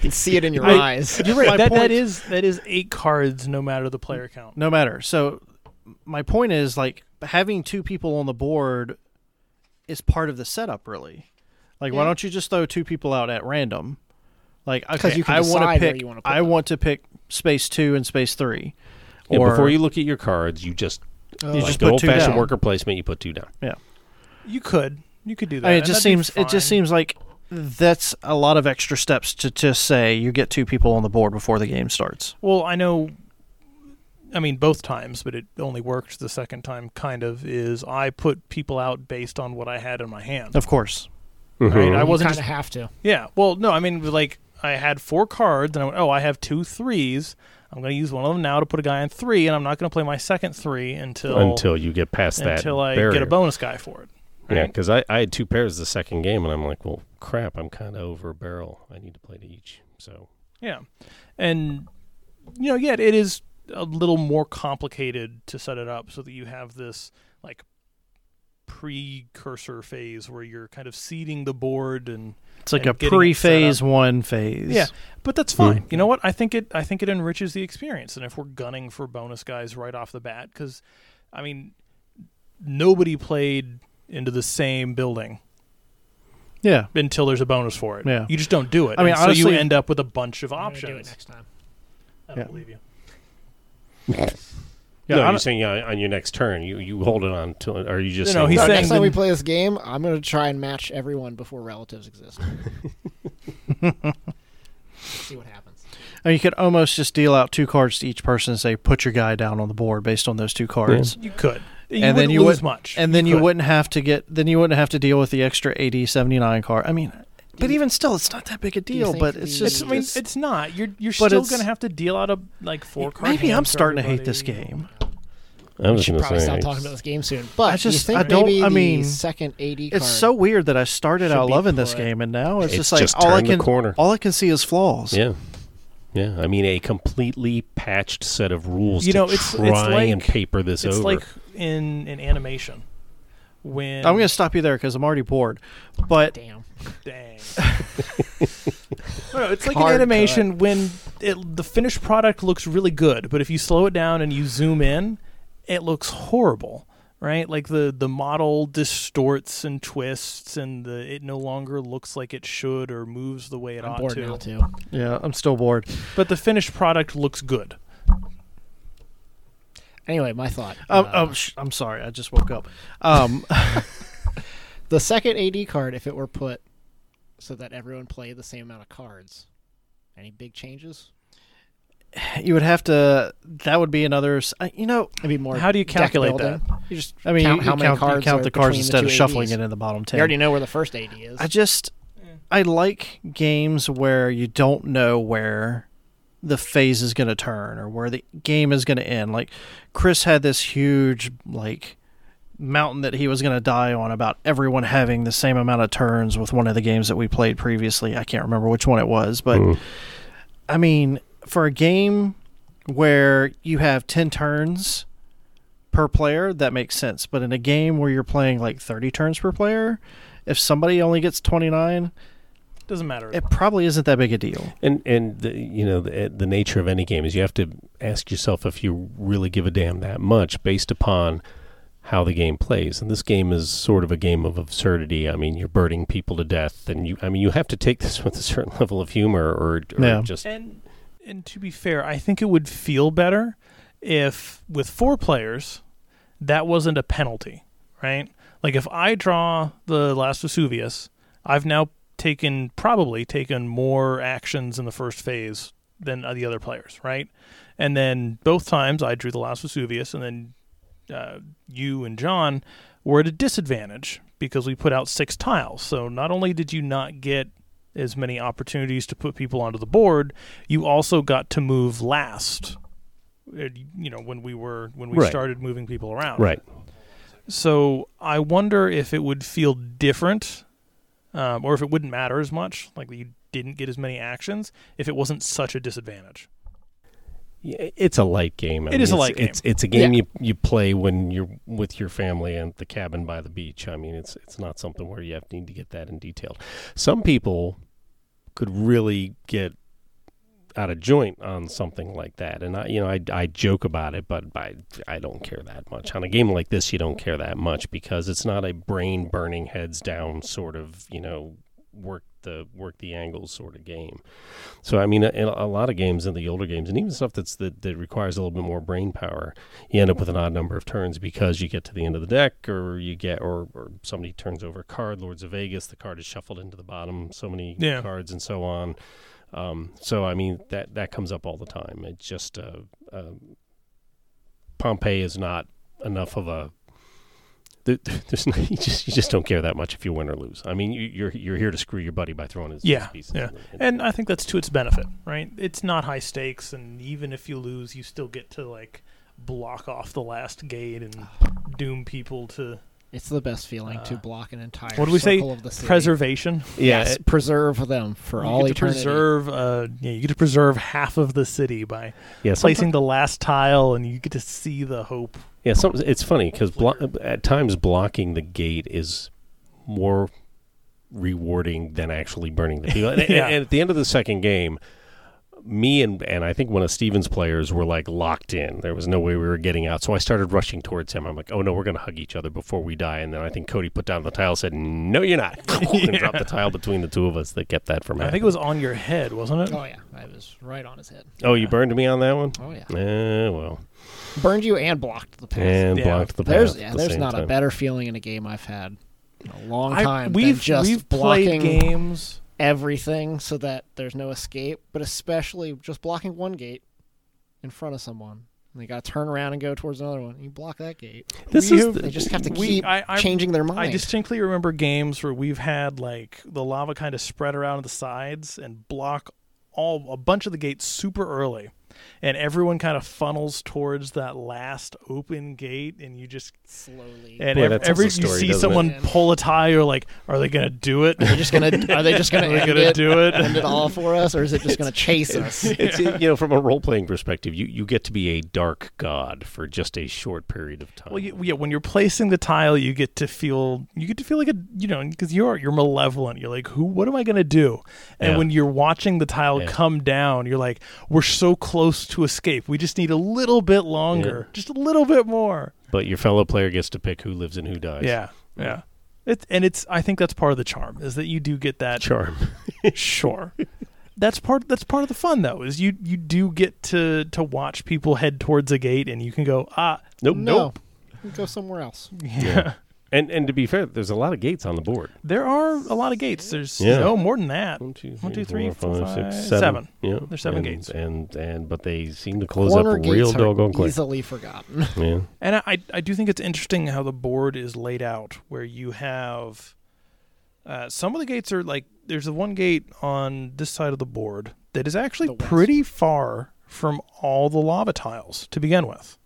Speaker 3: can see it in your
Speaker 2: I-
Speaker 3: eyes.
Speaker 2: You're right.
Speaker 1: My
Speaker 2: That, that
Speaker 1: point-
Speaker 2: is that is eight cards, no matter the player count.
Speaker 1: no matter so my point is like having two people on the board is part of the setup really like why
Speaker 3: Yeah.
Speaker 1: don't you just throw two people out at random like
Speaker 3: 'Cause
Speaker 1: okay,
Speaker 3: you can
Speaker 1: I want to
Speaker 3: decide where
Speaker 1: pick
Speaker 3: you wanna put
Speaker 1: I
Speaker 3: them.
Speaker 1: want to pick space 2 and space 3
Speaker 4: Yeah,
Speaker 1: or
Speaker 4: before you look at your cards, you just
Speaker 3: Oh,
Speaker 1: You
Speaker 4: like
Speaker 1: just
Speaker 4: the
Speaker 1: put
Speaker 4: old
Speaker 1: two
Speaker 4: fashioned
Speaker 1: down.
Speaker 4: worker placement, you put two down.
Speaker 2: You could you could do that.
Speaker 1: I mean, it
Speaker 2: and
Speaker 1: just
Speaker 2: that'd be
Speaker 1: seems it just
Speaker 2: fine.
Speaker 1: seems like that's a lot of extra steps to just say you get two people on the board before the game starts.
Speaker 2: Well, I know. I mean, both times, but it only worked the second time. Kind of is I put people out based on what I had in my hand.
Speaker 1: Of course,
Speaker 2: Mm-hmm. Right, I
Speaker 3: I
Speaker 2: wasn't
Speaker 3: wasn't kind of have to.
Speaker 2: Yeah. Well, no, I mean, like, I had four cards, and I went, oh, I have two threes. I'm going to use one of them now to put a guy on three, and I'm not going to play my second three until
Speaker 4: until you get past that.
Speaker 2: until I
Speaker 4: barrier.
Speaker 2: get a bonus guy for it.
Speaker 4: Yeah, because I, I had two pairs the second game, and I'm like, well, crap, I'm kind of over a barrel. I need to play to each. So
Speaker 2: Yeah. And, you know, yeah, it is a little more complicated to set it up so that you have this, like, precursor phase where you're kind of seeding the board and
Speaker 1: it's like
Speaker 2: And
Speaker 1: a
Speaker 2: getting it set
Speaker 1: pre phase one phase.
Speaker 2: Yeah, but that's fine.
Speaker 4: Mm.
Speaker 2: You know what? I think it. I think it enriches the experience. And if we're gunning for bonus guys right off the bat, because, I mean, nobody played into the same building
Speaker 1: yeah.
Speaker 2: until there's a bonus for it.
Speaker 1: Yeah.
Speaker 2: you just don't do it.
Speaker 1: I mean,
Speaker 2: And so you
Speaker 1: honestly-
Speaker 2: end up with a bunch of
Speaker 3: I'm gonna Do it
Speaker 2: options.
Speaker 3: next
Speaker 1: <laughs>
Speaker 3: time.
Speaker 2: I don't
Speaker 1: Yeah.
Speaker 2: believe you.
Speaker 1: Yeah,
Speaker 4: no,
Speaker 1: I
Speaker 4: you're
Speaker 1: don't-
Speaker 4: saying yeah, on your next turn, you, you hold it on to, or you just
Speaker 2: No, no,
Speaker 4: saying,
Speaker 2: he's
Speaker 3: no,
Speaker 2: saying
Speaker 3: next time we
Speaker 2: then-
Speaker 3: play this game, I'm going to try and match everyone before
Speaker 1: <laughs>
Speaker 3: relatives exist. See what happens.
Speaker 1: And you could almost just deal out two cards to each person and say put your guy down on the board based on those two cards.
Speaker 2: You could. You
Speaker 1: And then
Speaker 2: wouldn't
Speaker 1: you
Speaker 2: lose
Speaker 1: would-
Speaker 2: much.
Speaker 1: And then you,
Speaker 2: could.
Speaker 1: wouldn't have to get then you wouldn't have to deal with the extra 80 79 card. I mean, but
Speaker 3: you-
Speaker 1: even still it's not that big a
Speaker 3: you
Speaker 1: deal,
Speaker 3: think
Speaker 1: but it's
Speaker 3: the-
Speaker 1: just
Speaker 2: It's, I mean,
Speaker 1: it's-
Speaker 2: it's not. You're you're
Speaker 1: But
Speaker 2: still
Speaker 1: it's-
Speaker 2: gonna have to deal out a like four card.
Speaker 1: maybe I'm
Speaker 2: hand for
Speaker 1: starting to hate this
Speaker 2: everybody.
Speaker 1: game.
Speaker 4: I
Speaker 3: We
Speaker 4: was
Speaker 3: should
Speaker 4: gonna
Speaker 3: probably
Speaker 4: say,
Speaker 3: stop talking about this game soon. But
Speaker 1: I
Speaker 3: do you
Speaker 1: just-
Speaker 3: think
Speaker 1: I don't-
Speaker 3: maybe
Speaker 1: I
Speaker 3: the
Speaker 1: mean,
Speaker 3: second AD card.
Speaker 1: It's so weird that I started
Speaker 3: should
Speaker 1: out
Speaker 3: be
Speaker 1: loving this
Speaker 3: put-
Speaker 1: game and now it's,
Speaker 4: It's
Speaker 1: just like
Speaker 4: just
Speaker 1: all I
Speaker 4: turn the
Speaker 1: can
Speaker 4: corner.
Speaker 1: all I can see is flaws.
Speaker 4: Yeah. Yeah, I mean a completely patched set of rules
Speaker 2: You
Speaker 4: to
Speaker 2: know, it's- it's
Speaker 4: try and
Speaker 2: like-
Speaker 4: paper this
Speaker 2: It's
Speaker 4: over.
Speaker 2: like in in animation when
Speaker 1: I'm going to stop you there because I'm already bored. But
Speaker 3: Damn.
Speaker 2: <laughs>
Speaker 1: <laughs>
Speaker 2: Dang. no, it's like an
Speaker 3: Hard
Speaker 2: animation when it, the finished product looks really good, but if you slow it down and you zoom in, it looks horrible, right? Like the the model distorts and twists, and the it no longer looks like it should or moves the way it
Speaker 3: I'm
Speaker 2: ought
Speaker 3: bored
Speaker 2: to.
Speaker 3: now, too.
Speaker 1: yeah, I'm still bored.
Speaker 2: But the finished product looks good.
Speaker 3: Anyway, my thought.
Speaker 1: Um,
Speaker 3: Uh,
Speaker 1: oh, sh- I'm sorry. I just woke up. Um, <laughs>
Speaker 3: the second AD card, if it were put so that everyone played the same amount of cards. Any big changes?
Speaker 1: You would have to. That would be another. s- I- You know,
Speaker 3: It'd be more.
Speaker 2: How do you
Speaker 3: deck
Speaker 2: calculate
Speaker 3: building.
Speaker 2: that?
Speaker 3: You just
Speaker 1: I mean,
Speaker 3: count
Speaker 1: you,
Speaker 3: how
Speaker 1: you
Speaker 3: many
Speaker 1: count, you
Speaker 3: cards
Speaker 1: count
Speaker 3: are
Speaker 1: the cards
Speaker 3: between
Speaker 1: instead
Speaker 3: the
Speaker 1: of
Speaker 3: two
Speaker 1: shuffling
Speaker 3: ADs.
Speaker 1: it in the bottom ten.
Speaker 3: You already know where the first AD is.
Speaker 1: I just I like games where you don't know where the phase is going to turn or where the game is going to end. Like Chris had this huge like mountain that he was going to die on about everyone having the same amount of turns with one of the games that we played previously. I can't remember which one it was, but
Speaker 4: Mm.
Speaker 1: I mean, for a game where you have 10 turns per player, that makes sense. But in a game where you're playing like 30 turns per player, if somebody only gets 29,
Speaker 2: Doesn't matter.
Speaker 1: it probably isn't that big a deal.
Speaker 4: And and the, you know the, the nature of any game is you have to ask yourself if you really give a damn that much based upon how the game plays. And this game is sort of a game of absurdity. I mean, you're burning people to death, and you I mean you have to take this <laughs> with a certain level of humor, or, or
Speaker 1: Yeah.
Speaker 4: just
Speaker 2: And and to be fair, I think it would feel better if with four players that wasn't a penalty, right? Like if I draw the last Vesuvius, I've now taken probably taken more actions in the first phase than the other players, right? And then both times I drew the last Vesuvius, and then uh, you and John were at a disadvantage because we put out six tiles. So not only did you not get as many opportunities to put people onto the board, you also got to move last. Uh, You know when we were when we
Speaker 4: Right.
Speaker 2: started moving people around,
Speaker 4: right.
Speaker 2: so I wonder if it would feel different, um, or if it wouldn't matter as much, like you didn't get as many actions, if it wasn't such a disadvantage.
Speaker 4: Yeah, It's a light game. I
Speaker 2: It is a
Speaker 4: it's-
Speaker 2: light game.
Speaker 4: It's it's a game you, you play when you're with your family at the cabin by the beach. I mean, it's it's not something where you have need to get that in detail. Some people could really get out of joint on something like that, and I you know I, I joke about it, but I I don't care that much on a game like this. You don't care that much because it's not a brain burning heads down sort of you know work the work the angles sort of game. So I mean, in a lot of games in the older games, and even stuff that's that, that requires a little bit more brain power, you end up with an odd number of turns because you get to the end of the deck, or you get, or, or somebody turns over a card. Lords of Vegas, the card is shuffled into the bottom. So many
Speaker 2: Yeah.
Speaker 4: cards and so on. Um, so I mean, that that comes up all the time. It's just uh, uh, Pompeii is not enough of a. there- There's no, you just you just don't care that much if you win or lose. I mean, you, you're you're here to screw your buddy by throwing his his
Speaker 2: Yeah,
Speaker 4: pieces
Speaker 2: yeah.
Speaker 4: in the- in the
Speaker 2: And I think that's to its benefit, right? It's not high stakes, and even if you lose, you still get to like block off the last gate and doom people to
Speaker 3: it's the best feeling to
Speaker 2: Uh,
Speaker 3: block an entire
Speaker 2: what do we say?
Speaker 3: circle of the city.
Speaker 2: preservation.
Speaker 4: Yeah,
Speaker 3: yes,
Speaker 4: it-
Speaker 3: preserve them for
Speaker 2: you
Speaker 3: all
Speaker 2: get to
Speaker 3: eternity.
Speaker 2: preserve, uh, yeah, you get to preserve half of the city by
Speaker 4: yeah.
Speaker 2: placing
Speaker 4: Placing,
Speaker 2: the last tile, and you get to see the hope.
Speaker 4: yeah, some, it's funny because blo- at times blocking the gate is more rewarding than actually burning the people. And, and-
Speaker 2: Yeah.
Speaker 4: and at the end of the second game, me and and I think one of Steven's players were like locked in. There was no way we were getting out. So I started rushing towards him. I'm like, oh no, we're gonna hug each other before we die. And then I think Cody put down the tile, said, no, you're not, <laughs> and dropped the tile between the two of us that kept that from
Speaker 2: I
Speaker 4: happening.
Speaker 2: think it was on your head, wasn't it?
Speaker 3: Oh yeah, I was right on his head.
Speaker 4: oh, you burned me on that one.
Speaker 3: Oh yeah,
Speaker 4: Eh, well,
Speaker 3: burned you and blocked the path.
Speaker 4: and
Speaker 2: Yeah.
Speaker 4: blocked the path.
Speaker 3: there's
Speaker 4: at
Speaker 3: yeah,
Speaker 4: the
Speaker 3: there's
Speaker 4: same
Speaker 3: not a
Speaker 4: time.
Speaker 3: better feeling in a game I've had in a long
Speaker 2: I-
Speaker 3: time
Speaker 2: we've
Speaker 3: than just
Speaker 2: we've
Speaker 3: blocking
Speaker 2: played games.
Speaker 3: everything so that there's no escape, but especially just blocking one gate in front of someone. And they got to turn around and go towards another one. You block that gate.
Speaker 4: This
Speaker 2: We
Speaker 4: is
Speaker 2: have-
Speaker 4: the-
Speaker 3: They just have to
Speaker 2: We-
Speaker 3: keep
Speaker 2: I- I-
Speaker 3: changing their mind.
Speaker 2: I distinctly remember games where we've had like the lava kind of spread around the sides and block all a bunch of the gates super early, and everyone kind of funnels towards that last open gate, and you just
Speaker 3: slowly.
Speaker 2: and
Speaker 4: Boy,
Speaker 2: ev-
Speaker 4: that tells
Speaker 2: every
Speaker 4: a
Speaker 2: you
Speaker 4: story,
Speaker 2: see
Speaker 4: doesn't it?
Speaker 2: someone
Speaker 3: Yeah.
Speaker 2: pull a tie, you're like, are they gonna do
Speaker 4: <laughs>
Speaker 2: it?
Speaker 3: are they just gonna? Are they
Speaker 2: <laughs>
Speaker 3: just gonna?
Speaker 2: Are they
Speaker 3: end
Speaker 2: gonna
Speaker 3: it,
Speaker 2: do it?
Speaker 3: End it all for us, or is
Speaker 2: <laughs>
Speaker 3: it just gonna chase us?
Speaker 4: it's you know from a role playing perspective, you you get to be a dark god for just a short period of time.
Speaker 2: Well, you, yeah. When you're placing the tile, you get to feel you get to feel like a you know because you're you're malevolent. You're like, who? What am I gonna do? And
Speaker 4: Yeah.
Speaker 2: when you're watching the tile
Speaker 4: Yeah.
Speaker 2: come down, you're like, we're so close to escape. We just need a little bit longer, just a little bit more.
Speaker 4: but your fellow player gets to pick who lives and who dies.
Speaker 2: Yeah, yeah. It's and it's. I think that's part of the charm is that you do get that.
Speaker 4: <laughs> charm.
Speaker 2: sure. That's part. That's part of the fun, though. Is you you do get to to watch people head towards a gate, and you can go ah <laughs>
Speaker 4: Nope,
Speaker 3: no, go somewhere else.
Speaker 2: yeah.
Speaker 4: And and to be fair, there's a lot of gates on the board.
Speaker 2: There are a lot of gates. There's
Speaker 4: Yeah.
Speaker 2: no more than that.
Speaker 4: One, two,
Speaker 2: One, two, three,
Speaker 4: four,
Speaker 2: four,
Speaker 4: five,
Speaker 2: five,
Speaker 4: six,
Speaker 2: seven.
Speaker 4: Yeah,
Speaker 2: There's seven
Speaker 4: and,
Speaker 2: gates.
Speaker 4: and and but they seem to close
Speaker 3: Corner
Speaker 4: up
Speaker 3: gates
Speaker 4: real
Speaker 3: are
Speaker 4: doggone quick.
Speaker 3: Easily forgotten.
Speaker 2: <laughs>
Speaker 4: Yeah,
Speaker 2: And I- I, I do think it's interesting how the board is laid out, where you have uh, some of the gates are like there's the one gate on this side of the board that is
Speaker 3: The
Speaker 2: actually
Speaker 3: west.
Speaker 2: pretty far from all the lava tiles to begin with.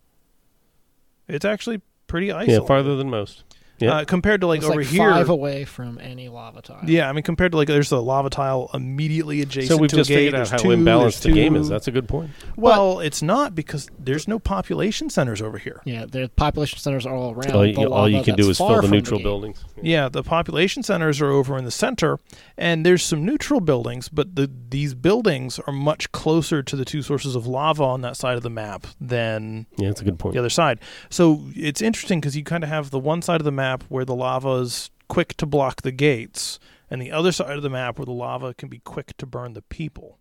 Speaker 2: It's actually pretty isolated
Speaker 4: yeah, farther than most. Yeah.
Speaker 2: uh, compared to like
Speaker 3: It's
Speaker 2: over
Speaker 3: like
Speaker 2: here.
Speaker 3: five away from any lava tile.
Speaker 2: yeah, I mean compared to like there's the lava tile immediately adjacent
Speaker 4: so we've
Speaker 2: to
Speaker 4: just
Speaker 2: a gate.
Speaker 4: figured out
Speaker 2: there's
Speaker 4: how
Speaker 2: two,
Speaker 4: imbalanced the
Speaker 2: there's
Speaker 4: game
Speaker 2: two-
Speaker 4: is. That's a good point.
Speaker 2: well, it's not because there's no population centers over here.
Speaker 3: Yeah, the population centers are all around.
Speaker 4: All you,
Speaker 3: the
Speaker 4: all you
Speaker 3: lava
Speaker 4: can do
Speaker 3: that's
Speaker 4: is
Speaker 3: far
Speaker 4: fill the
Speaker 3: from
Speaker 4: neutral
Speaker 3: gate.
Speaker 4: buildings.
Speaker 2: Yeah, the population centers are over in the center, and there's some neutral buildings, but the, these buildings are much closer to the two sources of lava on that side of the map than
Speaker 4: Yeah, that's a good point.
Speaker 2: the other side. So it's interesting because you kind of have the one side of the map where the lava is quick to block the gates, and the other side of the map where the lava can be quick to burn the people.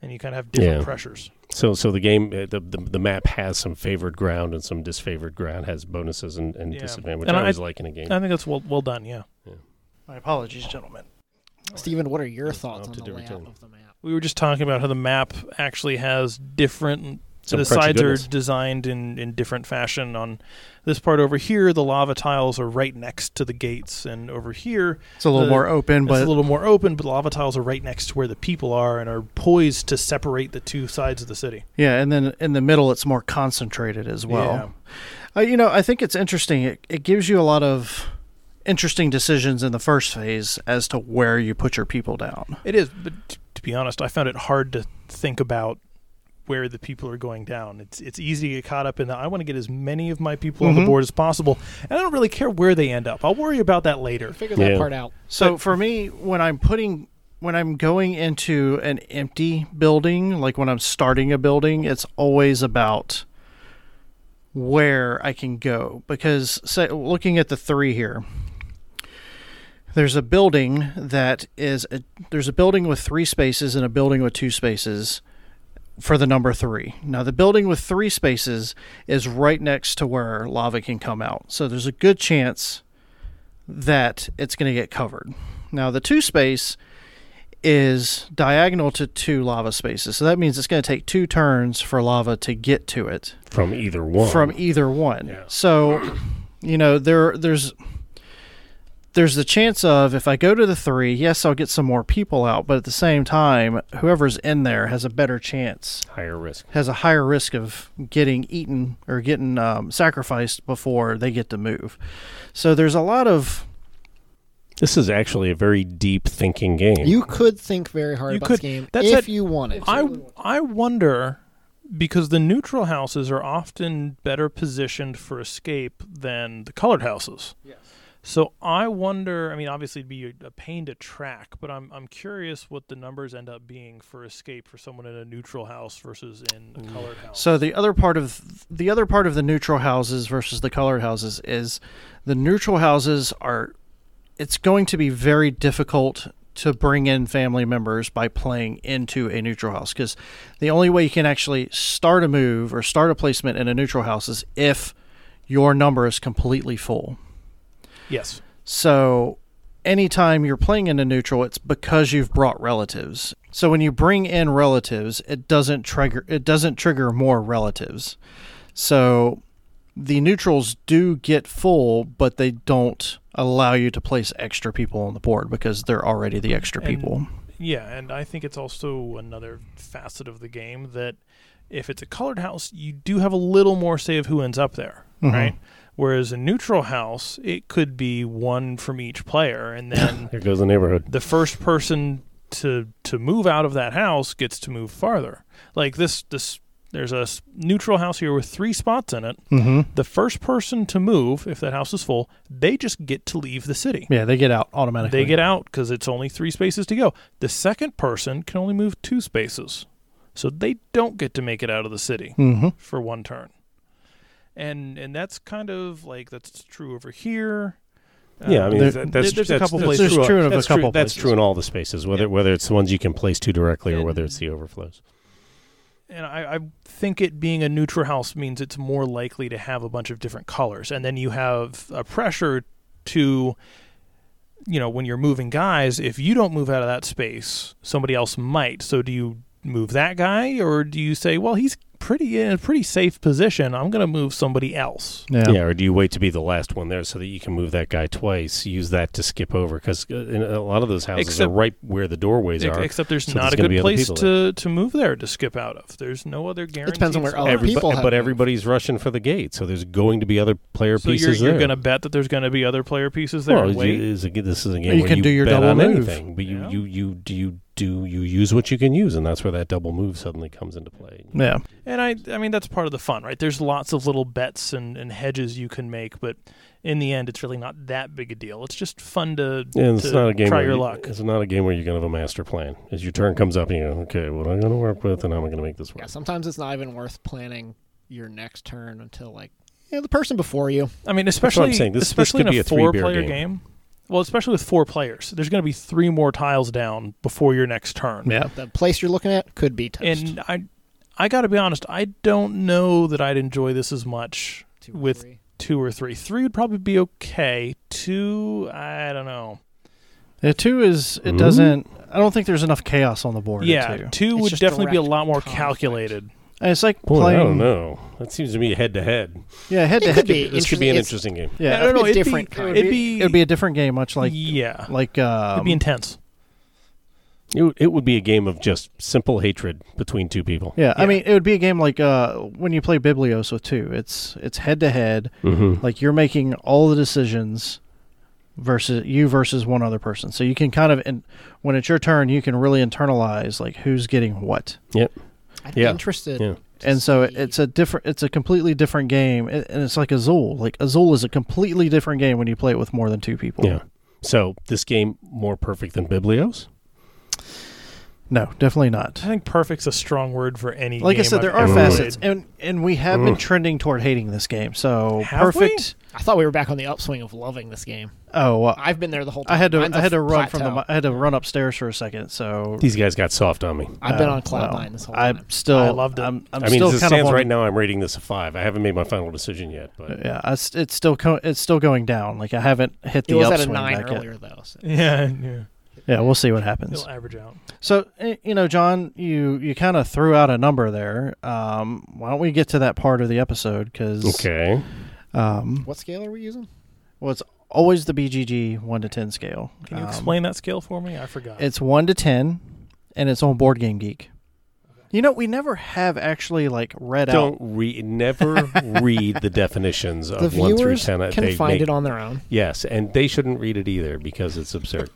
Speaker 2: And you kind of have different
Speaker 4: Yeah.
Speaker 2: pressures.
Speaker 4: So, so the game, uh, the, the the map has some favored ground and some disfavored ground has bonuses and, and
Speaker 2: Yeah.
Speaker 4: disadvantage, which
Speaker 2: And
Speaker 4: I
Speaker 2: I-
Speaker 4: always like in a game.
Speaker 2: I think that's well, well done, yeah.
Speaker 1: My apologies, gentlemen.
Speaker 3: Stephen, what are your
Speaker 4: Yes,
Speaker 3: thoughts on
Speaker 4: up to
Speaker 3: the
Speaker 4: different
Speaker 3: layout
Speaker 4: tone.
Speaker 3: of the map?
Speaker 2: We were just talking about how the map actually has different So the
Speaker 4: Some crunchy
Speaker 2: sides
Speaker 4: goodness.
Speaker 2: are designed in, in different fashion. On this part over here, the lava tiles are right next to the gates, and over here,
Speaker 1: It's a little
Speaker 2: The-
Speaker 1: more open,
Speaker 2: it's
Speaker 1: but
Speaker 2: a little more open. But the lava tiles are right next to where the people are, and are poised to separate the two sides of the city.
Speaker 1: yeah, and then in the middle, it's more concentrated as well. Uh, you know, I think it's interesting. It, it gives you a lot of interesting decisions in the first phase as to where you put your people down.
Speaker 2: Yeah, it is. But t- to be honest, I found it hard to think about where the people are going down. It's it's easy to get caught up in that. I want to get as many of my people on
Speaker 1: Mhm.
Speaker 2: the board as possible, and I don't really care where they end up. I'll worry about that later.
Speaker 3: Figure
Speaker 4: Yeah.
Speaker 3: that part out.
Speaker 1: So for me, when I'm putting when I'm going into an empty building, like when I'm starting a building, it's always about where I can go because say, looking at the 3 here, there's a building that is a, there's a building with 3 spaces and a building with 2 spaces for the number 3. Now the building with 3 spaces is right next to where lava can come out. So there's a good chance that it's going to get covered. Now, the two space is diagonal to two lava spaces. So that means it's going to take two turns for lava to get to it
Speaker 4: From either one,
Speaker 1: from
Speaker 2: e-
Speaker 1: either one.
Speaker 4: Yeah.
Speaker 1: So, you know, there there's there's the chance of if I go to the 3, yes, I'll get some more people out, but at the same time, whoever's in there has a better chance
Speaker 4: higher risk.
Speaker 1: has a higher risk of getting eaten or getting um, sacrificed before they get to move. So there's a lot of
Speaker 4: This is actually a very deep thinking game.
Speaker 3: You could think very hard
Speaker 2: You
Speaker 3: about
Speaker 2: could-
Speaker 3: this game
Speaker 2: that's
Speaker 3: if
Speaker 2: it.
Speaker 3: you wanted. to.
Speaker 2: I I wonder because the neutral houses are often better positioned for escape than the colored houses. Yes. So I wonder. I mean, obviously, it'd be a, a pain to track, but I'm I'm curious what the numbers end up being for escape for someone in a neutral house versus in a colored house.
Speaker 1: So the other part of the other part of the neutral houses versus the colored houses is the neutral houses are it's going to be very difficult to bring in family members by playing into a neutral house because the only way you can actually start a move or start a placement in a neutral house is if your number is completely full.
Speaker 2: yes.
Speaker 1: So anytime you're playing in a neutral, it's because you've brought relatives. So when you bring in relatives, it doesn't trigger it doesn't trigger more relatives. So the neutrals do get full, but they don't allow you to place extra people on the board because they're already the extra
Speaker 2: And-
Speaker 1: people.
Speaker 2: Yeah, and I think it's also another facet of the game that if it's a colored house, you do have a little more say of who ends up there,
Speaker 1: Mhm.
Speaker 2: right? Whereas a neutral house, it could be one from each player, and
Speaker 4: <laughs>
Speaker 2: then
Speaker 4: Here goes the neighborhood.
Speaker 2: the first person to to move out of that house gets to move farther. Like this, this there's a s- neutral house here with three spots in it.
Speaker 1: Mm-hmm.
Speaker 2: The first person to move, if that house is full, they just get to leave the city.
Speaker 1: Yeah, they get out automatically.
Speaker 2: They get out because it's only three spaces to go. The second person can only move two spaces, so they don't get to make it out of the city
Speaker 1: Mm-hmm.
Speaker 2: for one turn. And and that's kind of like that's true over here.
Speaker 4: Yeah, I mean
Speaker 1: There-
Speaker 4: that, that's,
Speaker 2: Uh, there- there's a
Speaker 4: that's-
Speaker 2: couple
Speaker 4: that's
Speaker 1: places. There's true in a
Speaker 4: that's
Speaker 1: couple
Speaker 4: That's
Speaker 1: places.
Speaker 4: true in all the spaces, whether
Speaker 2: Yeah.
Speaker 4: whether it's the ones you can place to directly or whether
Speaker 2: And-
Speaker 4: it's the overflows.
Speaker 2: and I, I think it being a neutral house means it's more likely to have a bunch of different colors, and then you have a pressure to, you know, when you're moving guys, if you don't move out of that space, somebody else might. So do you move that guy, or do you say, well, he's pretty in a pretty safe position, I'm going to move somebody else?
Speaker 4: Yeah. or do you wait to be the last one there so that you can move that guy twice? Use that to skip over because a lot of those houses
Speaker 2: Except-
Speaker 4: are right where the doorways
Speaker 2: Ex-
Speaker 4: are.
Speaker 2: Except there's
Speaker 4: So
Speaker 2: not
Speaker 4: there's
Speaker 2: a
Speaker 4: gonna be
Speaker 2: good
Speaker 4: other
Speaker 2: place
Speaker 4: people
Speaker 2: to, to move there to skip out of. There's no other guarantee.
Speaker 3: depends on where all the
Speaker 4: Everybo-
Speaker 3: people have
Speaker 4: but
Speaker 3: moved.
Speaker 4: everybody's rushing for the gate, so there's going to be other player
Speaker 2: So you're,
Speaker 4: pieces
Speaker 2: you're
Speaker 4: there.
Speaker 2: going to bet that there's going to be other player pieces there.
Speaker 4: well,
Speaker 2: and wait.
Speaker 4: you, is a, this is a game
Speaker 1: You
Speaker 4: where
Speaker 1: can
Speaker 4: you
Speaker 1: do your
Speaker 4: bet
Speaker 1: double
Speaker 4: on
Speaker 1: move.
Speaker 4: anything, but you,
Speaker 2: Yeah.
Speaker 4: you you do you do you use what you can use, and that's where that double move suddenly comes into play.
Speaker 1: Yeah.
Speaker 2: and I, I mean, that's part of the fun, right? There's lots of little bets and, and hedges you can make, but in the end, it's really not that big a deal. It's just fun to,
Speaker 4: Yeah, and it's
Speaker 2: to
Speaker 4: not a game.
Speaker 2: try
Speaker 4: where
Speaker 2: your
Speaker 4: you-
Speaker 2: luck.
Speaker 4: It's not a game where you're going to have a master plan. As your turn comes up, and you go, okay, what am I going to work with, and how am I going to make this work?
Speaker 3: Yeah, sometimes it's not even worth planning your next turn until like you know, the person before you.
Speaker 2: I mean,
Speaker 4: what I'm
Speaker 2: especially
Speaker 4: saying. This- this
Speaker 2: especially
Speaker 4: could be
Speaker 2: in a,
Speaker 4: a three-beer
Speaker 2: four-player game.
Speaker 4: game.
Speaker 2: Well, especially with four players, there's going to be three more tiles down before your next turn.
Speaker 1: Yeah.
Speaker 3: The place you're looking at could be toast.
Speaker 2: and I, I got to be honest, I don't know that I'd enjoy this as much
Speaker 3: Two or
Speaker 2: with-
Speaker 3: three.
Speaker 2: two or three. Three would probably be okay. Two, I don't know.
Speaker 1: Yeah, two is it
Speaker 4: Ooh.
Speaker 1: doesn't. I don't think there's enough chaos on the board. at
Speaker 2: yeah,
Speaker 1: two.
Speaker 2: two
Speaker 3: It's
Speaker 2: would
Speaker 3: just
Speaker 2: definitely be a
Speaker 3: direct
Speaker 2: lot more
Speaker 3: conflict.
Speaker 2: calculated.
Speaker 1: And it's like
Speaker 4: Boy,
Speaker 1: playing.
Speaker 4: I don't know. That seems to me head to head.
Speaker 1: Yeah, head to
Speaker 3: It
Speaker 1: head.
Speaker 3: could be
Speaker 4: This could be an
Speaker 3: It's-
Speaker 4: interesting game.
Speaker 2: I
Speaker 1: Yeah,
Speaker 2: don't know.
Speaker 3: It's
Speaker 2: It'd
Speaker 3: different
Speaker 2: be,
Speaker 3: kind.
Speaker 2: It'd be,
Speaker 1: it would be a different game, much like
Speaker 2: yeah,
Speaker 1: like um,
Speaker 2: it'd be intense.
Speaker 4: It, would- it would be a game of just simple hatred between two people.
Speaker 1: yeah, I
Speaker 2: yeah.
Speaker 1: mean, it would be a game like uh, when you play Biblios with two. It's it's head to head.
Speaker 4: Mm-hmm.
Speaker 1: Like you're making all the decisions versus you versus one other person. So you can kind of in, when it's your turn, you can really internalize like who's getting what.
Speaker 3: I'd
Speaker 4: Yeah.
Speaker 3: be interested.
Speaker 4: Yeah.
Speaker 3: to
Speaker 1: And so it,
Speaker 3: see-
Speaker 1: it's a different, it's a completely different game, a- and it's like Azul. Like Azul is a completely different game when you play it with more than two people.
Speaker 4: Yeah. So this game more perfect than Biblios.
Speaker 1: No, definitely not.
Speaker 2: I think perfect's a strong word for any.
Speaker 1: Like I
Speaker 2: game
Speaker 1: said, there
Speaker 2: I've
Speaker 1: are
Speaker 4: ever
Speaker 2: played.
Speaker 1: facets, and and we have been
Speaker 4: Mm.
Speaker 1: trending toward hating this game. So
Speaker 2: Have we?
Speaker 1: perfect.
Speaker 3: I thought we were back on the upswing of loving this game.
Speaker 1: Oh, well,
Speaker 3: I've been there the whole time.
Speaker 1: I had to
Speaker 3: Mine's a
Speaker 1: I had to run from the
Speaker 3: plateau.
Speaker 1: mi- I had to run upstairs for a second. So
Speaker 4: These guys got soft on me.
Speaker 3: I've been
Speaker 1: uh,
Speaker 3: on cloud
Speaker 1: well,
Speaker 3: nine this whole time.
Speaker 1: I'm still
Speaker 2: I loved it.
Speaker 1: I'm, I'm
Speaker 4: i mean,
Speaker 1: still
Speaker 4: as it
Speaker 1: kind of
Speaker 4: stands
Speaker 1: on-
Speaker 4: right now, I'm rating this a five. I haven't made my final decision yet, but
Speaker 1: Yeah, I s- it's still co- it's still going down. Like I haven't hit
Speaker 3: It
Speaker 1: the
Speaker 3: was at
Speaker 1: upswing
Speaker 3: a nine
Speaker 1: back yet.
Speaker 3: earlier though. So.
Speaker 2: Yeah, yeah,
Speaker 1: Yeah, we'll see what happens.
Speaker 2: it'll average out.
Speaker 1: So eh, you know, John, you you kind of threw out a number there. Um, why don't we get to that part of the episode? Because
Speaker 4: okay.
Speaker 1: um,
Speaker 3: What scale are we using?
Speaker 1: well, it's always the BGG one to ten scale.
Speaker 2: Can you
Speaker 1: Um,
Speaker 2: explain that scale for me? I forgot.
Speaker 1: It's one to ten, and it's on Board Game Geek. You know, we never have actually like read
Speaker 4: Don't
Speaker 1: out.
Speaker 4: read. Never read the definitions
Speaker 3: The
Speaker 4: of one through
Speaker 3: viewers
Speaker 4: ten.
Speaker 3: can
Speaker 4: They
Speaker 3: find
Speaker 4: make-
Speaker 3: it on their own.
Speaker 4: Yes, and they shouldn't read it either because it's absurd.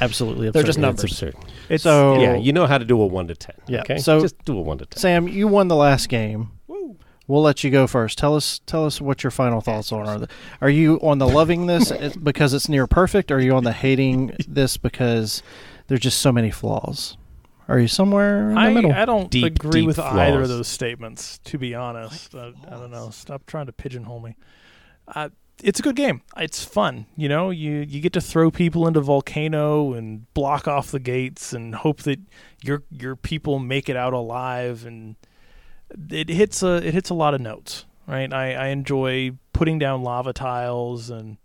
Speaker 1: Absolutely,
Speaker 3: They're just
Speaker 1: absurd.
Speaker 4: It's
Speaker 3: numbers.
Speaker 4: absurd.
Speaker 2: It's-
Speaker 1: so-
Speaker 4: Yeah, you know how to do a one to ten.
Speaker 1: Yeah,
Speaker 4: Okay.
Speaker 1: so-
Speaker 4: just do a one to ten.
Speaker 1: Sam, you won the last game.
Speaker 2: Woo.
Speaker 1: We'll let you go first. Tell us, tell us what your final thoughts on are. the- Are you on the loving this it- <laughs> because it's near perfect? Or are you on the hating this because there's just so many flaws? Are you somewhere in the
Speaker 2: I,
Speaker 1: middle?
Speaker 2: I don't
Speaker 4: Deep,
Speaker 2: agree
Speaker 4: deep
Speaker 2: with either of
Speaker 4: flaws.
Speaker 2: those statements, to be honest. I, I don't know. Stop trying to pigeonhole me. Uh, it's a good game. It's fun. You know, you, you get to throw people into volcano and block off the gates and hope that your your people make it out alive. And it hits a it hits a lot of notes, right? I, I enjoy putting down lava tiles and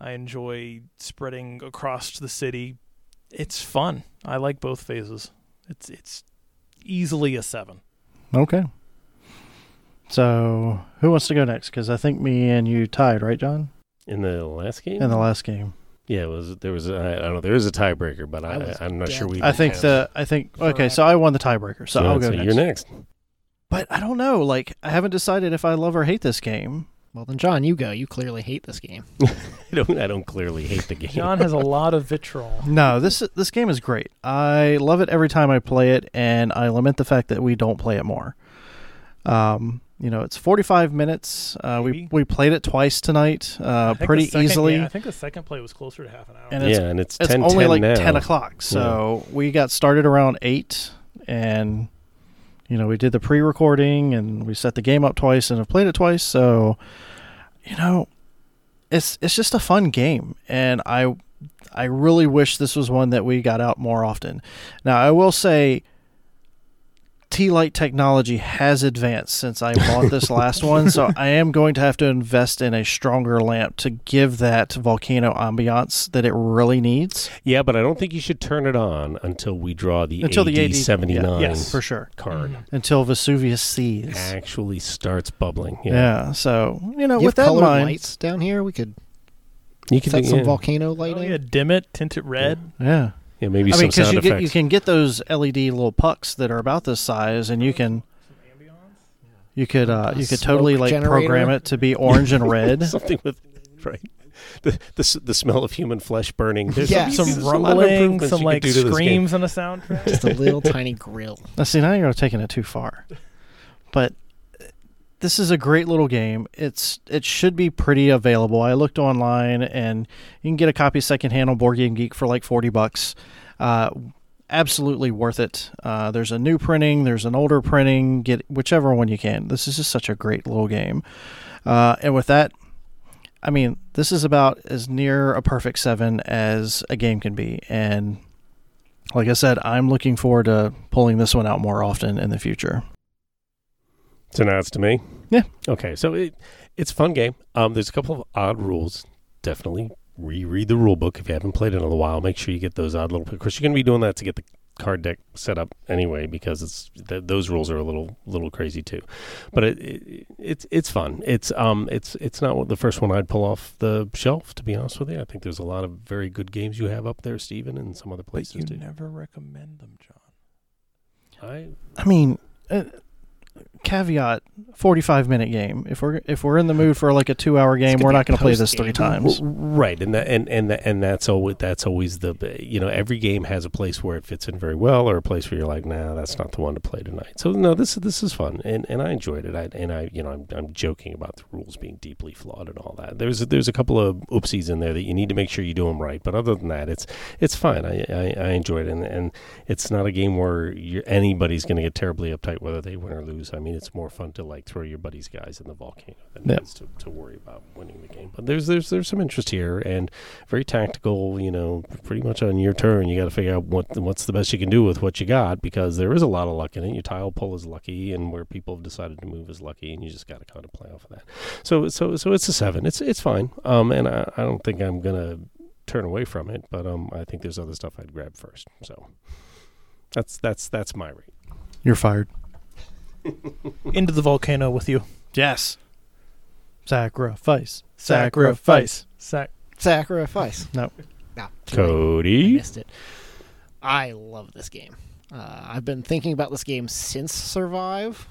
Speaker 2: I enjoy spreading across the city. It's fun. I like both phases. It's it's easily a seven.
Speaker 1: okay. So who wants to go next? Because I think me and you tied, right, John,
Speaker 4: In the last game.
Speaker 1: in the last game.
Speaker 4: Yeah, it was there was a, I don't know there is a tiebreaker, but
Speaker 3: I
Speaker 4: I,
Speaker 3: was
Speaker 4: I am not
Speaker 3: dead.
Speaker 4: sure we.
Speaker 1: I think
Speaker 4: have
Speaker 1: the I think okay. So I won the tiebreaker.
Speaker 4: it.
Speaker 1: So I'll go
Speaker 4: so
Speaker 1: next.
Speaker 4: You're next. <laughs>
Speaker 1: But I don't know. Like I haven't decided if I love or hate this game.
Speaker 3: Well then, John, you go. You clearly hate this game.
Speaker 4: I don't. I don't clearly hate the game.
Speaker 2: John has a lot of
Speaker 4: <laughs>
Speaker 2: vitriol.
Speaker 1: No, this this game is great. I love it every time I play it, and I lament the fact that we don't play it more. Um, you know, it's 45 minutes. Uh, we
Speaker 2: Maybe.
Speaker 1: we played it twice tonight,
Speaker 2: I
Speaker 1: uh,
Speaker 2: think the
Speaker 1: pretty
Speaker 2: second-
Speaker 1: easily.
Speaker 2: yeah, I think the second play was closer to half an hour.
Speaker 1: And
Speaker 4: yeah,
Speaker 1: it's-
Speaker 4: and it's,
Speaker 1: It's
Speaker 4: 10,
Speaker 1: only
Speaker 4: 10
Speaker 1: like
Speaker 4: now.
Speaker 1: 10 o'clock, so we got started around eight, and you know we did the pre-recording and we set the game up twice and have played it twice. So, you know, it's it's just a fun game, and I I really wish this was one that we got out more often. Now, I will say, T light technology has advanced since I bought this last one, so I am going to have to invest in a stronger lamp to give that volcano ambiance that it really needs
Speaker 4: Yeah, but I don't think you should turn it on until we draw the
Speaker 1: Until the AD
Speaker 4: AD seventy nine
Speaker 2: yeah, yes,
Speaker 1: for sure.
Speaker 2: Mm-hmm.
Speaker 4: card
Speaker 1: Until Vesuvius sees.
Speaker 4: actually starts bubbling.
Speaker 1: Yeah.
Speaker 4: Ah, Yeah,
Speaker 1: so you know,
Speaker 3: you
Speaker 1: with
Speaker 3: have
Speaker 1: that in
Speaker 3: colored
Speaker 1: mind,
Speaker 3: lights down here. We could
Speaker 4: you can
Speaker 3: set
Speaker 4: do,
Speaker 3: some
Speaker 4: yeah.
Speaker 3: volcano
Speaker 2: Oh,
Speaker 3: lighting.
Speaker 1: <laughs>
Speaker 2: yeah, dim it, tint it red.
Speaker 1: yeah.
Speaker 4: Yeah, maybe
Speaker 1: I
Speaker 4: some
Speaker 1: mean, because
Speaker 4: sound
Speaker 1: you get
Speaker 4: effects.
Speaker 1: you can get those LED little pucks that are about this size, and you can you could uh,
Speaker 3: A
Speaker 1: you could totally
Speaker 3: smoke
Speaker 1: like program
Speaker 3: generator?
Speaker 1: it to be orange and
Speaker 3: <laughs>
Speaker 1: red.
Speaker 4: <laughs> Something with right. The, the s- the smell of human flesh burning. There's
Speaker 3: Yeah.
Speaker 2: Some
Speaker 4: some, there's a lot of
Speaker 2: rumbling,
Speaker 4: improvements
Speaker 2: some
Speaker 4: you could
Speaker 2: like
Speaker 4: do to this game.
Speaker 2: screams on the soundtrack.
Speaker 3: Just a little tiny grill.
Speaker 1: Now, see, now you're taking it too far. But this is a great little game. It's it should be pretty available. I looked online, and you can get a copy secondhand on Board Game Geek for like forty bucks. Uh, absolutely worth it. Uh, there's a new printing. There's an older printing. Get whichever one you can. This is just such a great little game. Uh, and with that, I mean, this is about as near a perfect seven as a game can be. And like I said, I'm looking forward to pulling this one out more often in the future.
Speaker 4: So now it's to me.
Speaker 1: Yeah.
Speaker 4: Okay. So it it's a fun game. Um, there's a couple of odd rules. Definitely reread the rule book if you haven't played it in a while. Make sure you get those odd little. Of course, you're going to be doing that to get the card deck set up anyway because it's th- those rules are a little little crazy too. But it, it it's it's fun. It's um it's it's not what- the first one I'd pull off the shelf to be honest with you. I think there's a lot of very good games you have up there, Steven, and some other
Speaker 2: But you
Speaker 4: places too.
Speaker 2: never recommend them, John.
Speaker 4: I
Speaker 1: I mean, uh, caveat: forty-five minute game. If we're if we're in the mood for like a two-hour game,
Speaker 3: gonna
Speaker 1: we're
Speaker 3: be a
Speaker 1: not going to play this
Speaker 3: post-game.
Speaker 1: three times.
Speaker 4: R- Right, and that and and and that's always that's always the you know every game has a place where it fits in very well, or a place where you're like, nah, that's not the one to play tonight. So no, this this is fun, and and I enjoyed it. I and I you know I'm, I'm joking about the rules being deeply flawed and all that. There's there's a couple of oopsies in there that you need to make sure you do them right, but other than that, it's it's fine. I I, I enjoyed it, and, and it's not a game where you're, anybody's going to get terribly uptight whether they win or lose. I mean, it's more fun to like throw your buddies guys in the volcano than
Speaker 1: Yeah.
Speaker 4: it is to, to worry about winning the game. But there's there's there's some interest here and very tactical. You know, pretty much on your turn, you got to figure out what what's the best you can do with what you got because there is a lot of luck in it. Your tile pull is lucky, and where people have decided to move is lucky, and you just got to kind of play off of that. So so so it's a seven. It's it's fine. Um, and I, I don't think I'm gonna turn away from it, but um, I think there's other stuff I'd grab first. So. That's that's that's my rate.
Speaker 1: You're fired.
Speaker 2: <laughs> Into the volcano with you.
Speaker 1: Yes. Sacrifice.
Speaker 2: Sac-
Speaker 3: Sacrifice.
Speaker 1: No.
Speaker 3: No. too late. I
Speaker 4: Cody,
Speaker 3: missed it. I love this game. Uh, I've been thinking about this game since Survive,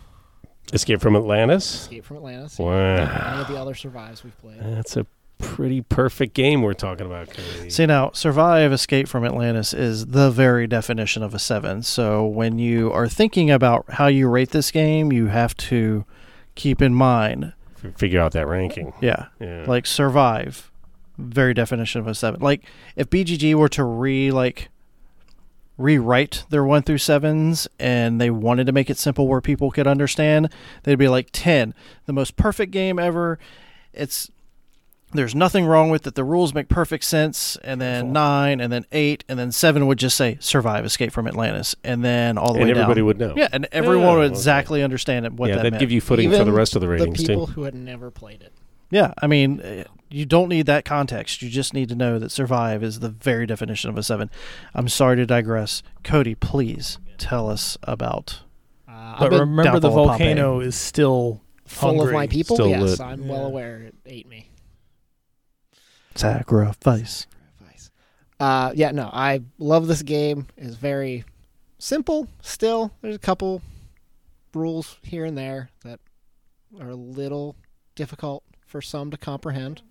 Speaker 4: Escape from Atlantis.
Speaker 3: Escape from Atlantis. None
Speaker 4: Wow,
Speaker 3: of the other Survives we've played.
Speaker 4: that's a pretty perfect game we're talking about, Cody.
Speaker 1: See now, survive escape from Atlantis is the very definition of a seven. So when you are thinking about how you rate this game, you have to keep in mind,
Speaker 4: F- figure out that ranking.
Speaker 1: yeah,
Speaker 4: Yeah.
Speaker 1: like survive very definition of a seven like if bgg were to re like rewrite their one through sevens and they wanted to make it simple where people could understand they'd be like 10 the most perfect game ever it's there's nothing wrong with it the rules make perfect sense and then
Speaker 2: Careful.
Speaker 1: nine and then eight and then seven would just say survive escape from atlantis and then all the
Speaker 4: and
Speaker 1: way
Speaker 4: everybody
Speaker 1: down
Speaker 4: would know.
Speaker 1: yeah and everyone
Speaker 4: Oh,
Speaker 1: would
Speaker 4: okay.
Speaker 1: exactly understand it what
Speaker 4: yeah,
Speaker 1: that
Speaker 4: that'd
Speaker 1: meant
Speaker 4: give you footing for
Speaker 3: Even
Speaker 4: the rest of the
Speaker 3: The
Speaker 4: ratings
Speaker 3: people
Speaker 4: too.
Speaker 3: who had never played it.
Speaker 1: Yeah, I mean, uh, you don't need that context. You just need to know that survive is the very definition of a seven. I'm sorry to digress. Cody, please tell us about.
Speaker 3: Uh, I've
Speaker 2: But
Speaker 3: been
Speaker 2: remember, the
Speaker 1: downfall of Pompeii.
Speaker 2: volcano is
Speaker 4: <laughs>
Speaker 2: still
Speaker 3: full
Speaker 2: hungry.
Speaker 3: of my people.
Speaker 4: still
Speaker 3: yes,
Speaker 4: lit.
Speaker 3: I'm
Speaker 2: Yeah.
Speaker 3: well aware it ate me.
Speaker 1: Sacrifice.
Speaker 3: Sacrifice. Uh, yeah, no, I love this game. It's very simple still. There's a couple rules here and there that are a little difficult for some to
Speaker 4: <laughs>
Speaker 3: comprehend.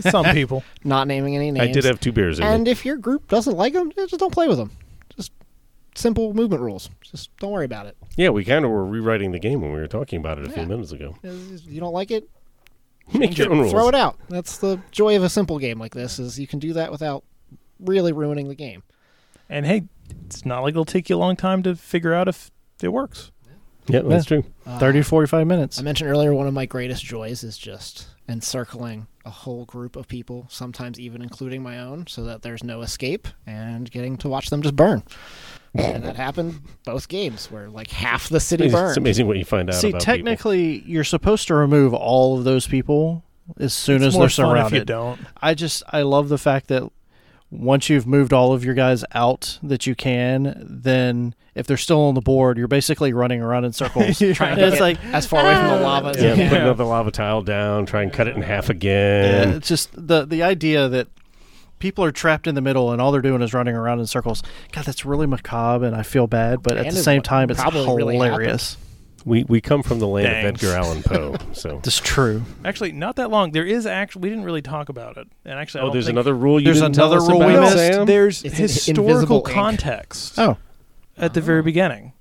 Speaker 2: Some people.
Speaker 3: Not naming any names.
Speaker 4: I did have two beers in me.
Speaker 3: and if your group doesn't like them, just don't play with them. Just simple movement rules. Just don't worry about it.
Speaker 4: Yeah, we kind of were rewriting the game when we were talking about it a few
Speaker 3: Yeah.
Speaker 4: minutes ago.
Speaker 3: If You don't like it?
Speaker 4: Make your own rules.
Speaker 3: Throw it out. That's the joy of a simple game like this is you can do that without really ruining the game.
Speaker 2: And hey, it's not like it'll take you a long time to figure out if it works.
Speaker 4: Yeah, that's true.
Speaker 3: Uh,
Speaker 1: 30 to 45 minutes.
Speaker 3: I mentioned earlier one of my greatest joys is just encircling a whole group of people, sometimes even including my own, so that there's no escape and getting to watch them just burn. and that happened both games where like half the city
Speaker 4: It's,
Speaker 3: burned.
Speaker 4: it's amazing what you find out.
Speaker 1: See,
Speaker 4: about
Speaker 1: technically, you're supposed to remove all of those people as soon as
Speaker 2: it's
Speaker 1: they're
Speaker 2: more fun if you
Speaker 1: surrounded.
Speaker 2: don't.
Speaker 1: I just I love the fact that once you've moved all of your guys out that you can, then if they're still on the board, you're basically running around in
Speaker 3: <laughs>
Speaker 1: circles.
Speaker 3: Trying to
Speaker 1: And it's
Speaker 3: get
Speaker 1: like "Ah,
Speaker 3: as far away from
Speaker 1: Oh.
Speaker 3: the lava as
Speaker 4: people. yeah,
Speaker 3: you
Speaker 4: put
Speaker 3: can.
Speaker 4: another lava tile down, try and cut it in half again.
Speaker 1: it's just the the idea that people are trapped in the middle and all they're doing is running around in circles. God, that's really macabre, and I feel bad, but at
Speaker 3: And
Speaker 1: the
Speaker 3: is
Speaker 1: same
Speaker 3: what
Speaker 1: time, it's
Speaker 3: probably really
Speaker 1: hilarious.
Speaker 4: We we come from the land
Speaker 2: Dang.
Speaker 4: of Edgar Allan Poe, so.
Speaker 1: <laughs> That's true.
Speaker 2: Actually, not that long. There is actually we didn't really talk about it. And actually, I
Speaker 4: Oh,
Speaker 2: don't
Speaker 4: there's
Speaker 2: think-
Speaker 4: another rule you
Speaker 1: There's
Speaker 4: didn't tell
Speaker 1: another
Speaker 4: us
Speaker 1: rule we
Speaker 4: about,
Speaker 1: missed.
Speaker 4: Sam?
Speaker 2: There's
Speaker 3: It's in-
Speaker 2: historical
Speaker 3: invisible ink. Oh.
Speaker 2: context
Speaker 1: Oh,
Speaker 2: at the very beginning,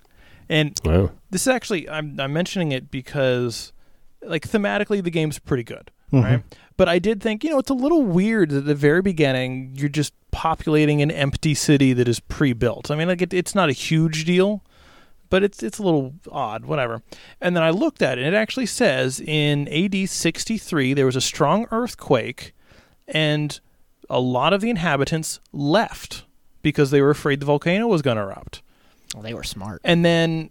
Speaker 2: and
Speaker 4: Wow.
Speaker 2: this is actually I'm, I'm mentioning it because like thematically the game's pretty good
Speaker 1: Mhm.
Speaker 2: right but i did think you know it's a little weird that at the very beginning you're just populating an empty city that is pre-built i mean like it, it's not a huge deal but it's it's a little odd whatever and then i looked at it and it actually says in ad 63 there was a strong earthquake and a lot of the inhabitants left because they were afraid the volcano was going to erupt
Speaker 3: Well, they were smart
Speaker 2: and then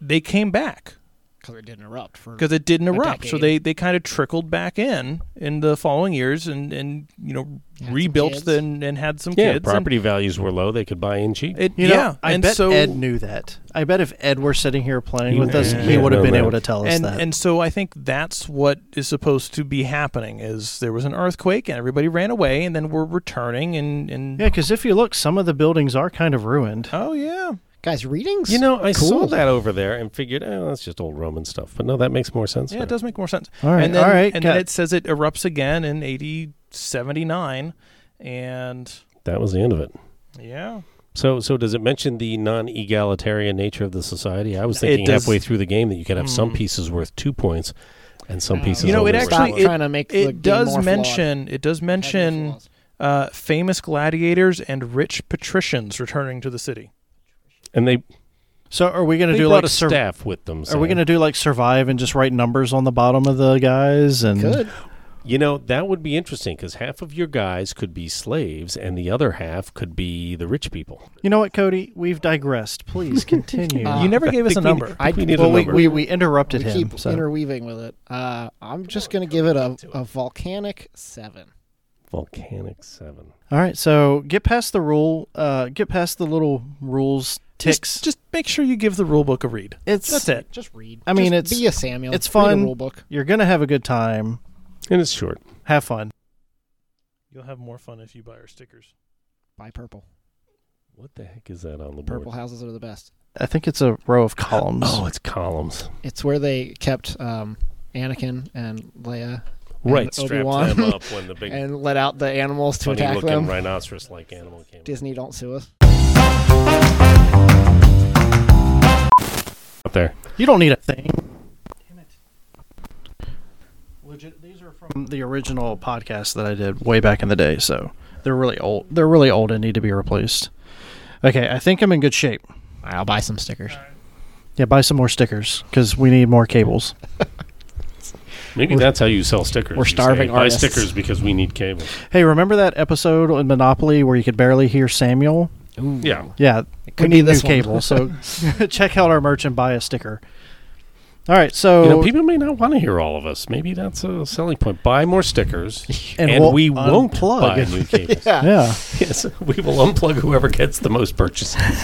Speaker 2: they came back
Speaker 3: because it didn't erupt. For
Speaker 2: because it didn't
Speaker 3: A
Speaker 2: erupt. So
Speaker 3: decade.
Speaker 2: they, they kind of trickled back in in the following years and, and you know
Speaker 3: Had some
Speaker 2: rebuilt
Speaker 3: kids.
Speaker 2: the, and, and had some
Speaker 4: Yeah,
Speaker 2: kids. and
Speaker 4: property values were low. They could buy in cheap.
Speaker 2: It,
Speaker 1: you know,
Speaker 2: yeah,
Speaker 1: I
Speaker 2: and
Speaker 1: bet
Speaker 2: so
Speaker 1: Ed knew that. I bet if Ed were sitting here playing
Speaker 4: He
Speaker 1: with us,
Speaker 2: would-
Speaker 1: he
Speaker 2: yeah,
Speaker 1: would have
Speaker 4: no,
Speaker 1: been
Speaker 4: no.
Speaker 1: able to tell us
Speaker 2: and
Speaker 1: that.
Speaker 2: and so I think that's what is supposed to be happening is there was an earthquake and everybody ran away and then we're returning and and
Speaker 1: yeah, because if you look, some of the buildings are kind of ruined.
Speaker 2: oh yeah
Speaker 3: guys, readings. Uh,
Speaker 4: you know, I saw
Speaker 3: Cool.
Speaker 4: that over there and figured, oh, that's just old Roman stuff. But no, that makes more sense.
Speaker 2: yeah
Speaker 4: now.
Speaker 2: it does make more sense.
Speaker 1: All right,
Speaker 2: and then
Speaker 1: all right.
Speaker 2: and
Speaker 1: got-
Speaker 2: then it says it erupts again in eighty seventy nine and
Speaker 4: That was the end of it.
Speaker 2: yeah
Speaker 4: So, so does it mention the non-egalitarian nature of the society? I was
Speaker 2: It
Speaker 4: thinking
Speaker 2: does.
Speaker 4: halfway through the game that you could have some
Speaker 2: Mm.
Speaker 4: pieces worth two points, and some
Speaker 3: No.
Speaker 4: pieces.
Speaker 2: You know,
Speaker 4: only
Speaker 2: it
Speaker 4: worth
Speaker 2: actually-
Speaker 3: Stop
Speaker 4: one.
Speaker 3: trying to make the game
Speaker 2: it does
Speaker 3: more flawed.
Speaker 2: mention it does
Speaker 3: It had no
Speaker 2: mention.
Speaker 3: flaws.
Speaker 2: uh, famous gladiators and rich patricians returning to the city.
Speaker 4: and they
Speaker 1: so are we going
Speaker 4: they
Speaker 1: to do
Speaker 4: brought
Speaker 1: like
Speaker 4: a
Speaker 1: sur-
Speaker 4: staff with them.
Speaker 1: Are we
Speaker 4: Sam.
Speaker 1: going to do like survive and just write numbers on the bottom of the guys and
Speaker 3: Could
Speaker 4: Mm. You know, that would be interesting because half of your guys could be slaves, and the other half could be the rich people.
Speaker 1: You know what, Cody? We've digressed. Please continue.
Speaker 3: Uh,
Speaker 2: you never gave us a
Speaker 4: think we-
Speaker 2: number.
Speaker 4: I think
Speaker 3: I-
Speaker 4: we need
Speaker 1: well,
Speaker 4: a
Speaker 1: we,
Speaker 4: number.
Speaker 1: we, we interrupted
Speaker 3: we
Speaker 1: him.
Speaker 3: keep
Speaker 1: so.
Speaker 3: interweaving with it? Uh, I'm just gonna give it a, a volcanic seven.
Speaker 4: Volcanic seven.
Speaker 1: All right, so get past the rule. Uh, get past the little rules ticks.
Speaker 2: Just, just make sure you give the rule book a read.
Speaker 1: it's
Speaker 2: That's it.
Speaker 3: Just read.
Speaker 1: I mean,
Speaker 3: Just
Speaker 1: it's-
Speaker 3: be a Samuel.
Speaker 1: it's
Speaker 3: Read
Speaker 1: fun.
Speaker 3: a rule book.
Speaker 1: you're gonna have a good time.
Speaker 4: And it's short.
Speaker 1: Have fun.
Speaker 2: You'll have more fun if you buy our stickers.
Speaker 3: Buy purple.
Speaker 4: What the heck is that on the
Speaker 3: Purple
Speaker 4: board?
Speaker 3: houses are the best.
Speaker 1: I think it's a row of columns.
Speaker 4: Oh, it's columns.
Speaker 3: It's where they kept um, Anakin and Leia And
Speaker 4: Right, strap
Speaker 3: Obi-Wan.
Speaker 4: them
Speaker 3: <laughs>
Speaker 4: up when the big
Speaker 3: and let out the animals to attack them.
Speaker 4: funny-looking rhinoceros-like animal came.
Speaker 3: Disney, don't sue us.
Speaker 4: up there.
Speaker 1: You don't need a thing. Damn it. Legit, these are from the original podcast that I did way back in the day, so they're really old. They're really old and need to be replaced. Okay, I think I'm in good shape.
Speaker 3: I'll buy some stickers.
Speaker 1: Yeah, buy some more stickers because we need more cables.
Speaker 4: Maybe
Speaker 1: We're-
Speaker 4: that's how you sell stickers.
Speaker 3: we're
Speaker 4: You say,
Speaker 3: starving
Speaker 4: Buy
Speaker 3: artists."
Speaker 4: stickers because we need cable.
Speaker 1: Hey, remember that episode in Monopoly where you could barely hear Samuel?
Speaker 3: Ooh.
Speaker 4: Yeah.
Speaker 1: Yeah,
Speaker 3: It
Speaker 1: we
Speaker 3: could be
Speaker 1: need new
Speaker 3: this one.
Speaker 1: cable.
Speaker 4: <laughs>
Speaker 1: So <laughs> check out our merch and buy a sticker. All right, so
Speaker 4: You know, people may not want to hear all of us. Maybe that's a selling point. Buy
Speaker 3: <laughs>
Speaker 4: more stickers, and,
Speaker 1: we'll
Speaker 4: we won't
Speaker 1: unplug.
Speaker 4: buy new cables.
Speaker 3: yeah.
Speaker 1: Yeah.
Speaker 4: <laughs> Yes, we will unplug whoever gets the most purchases.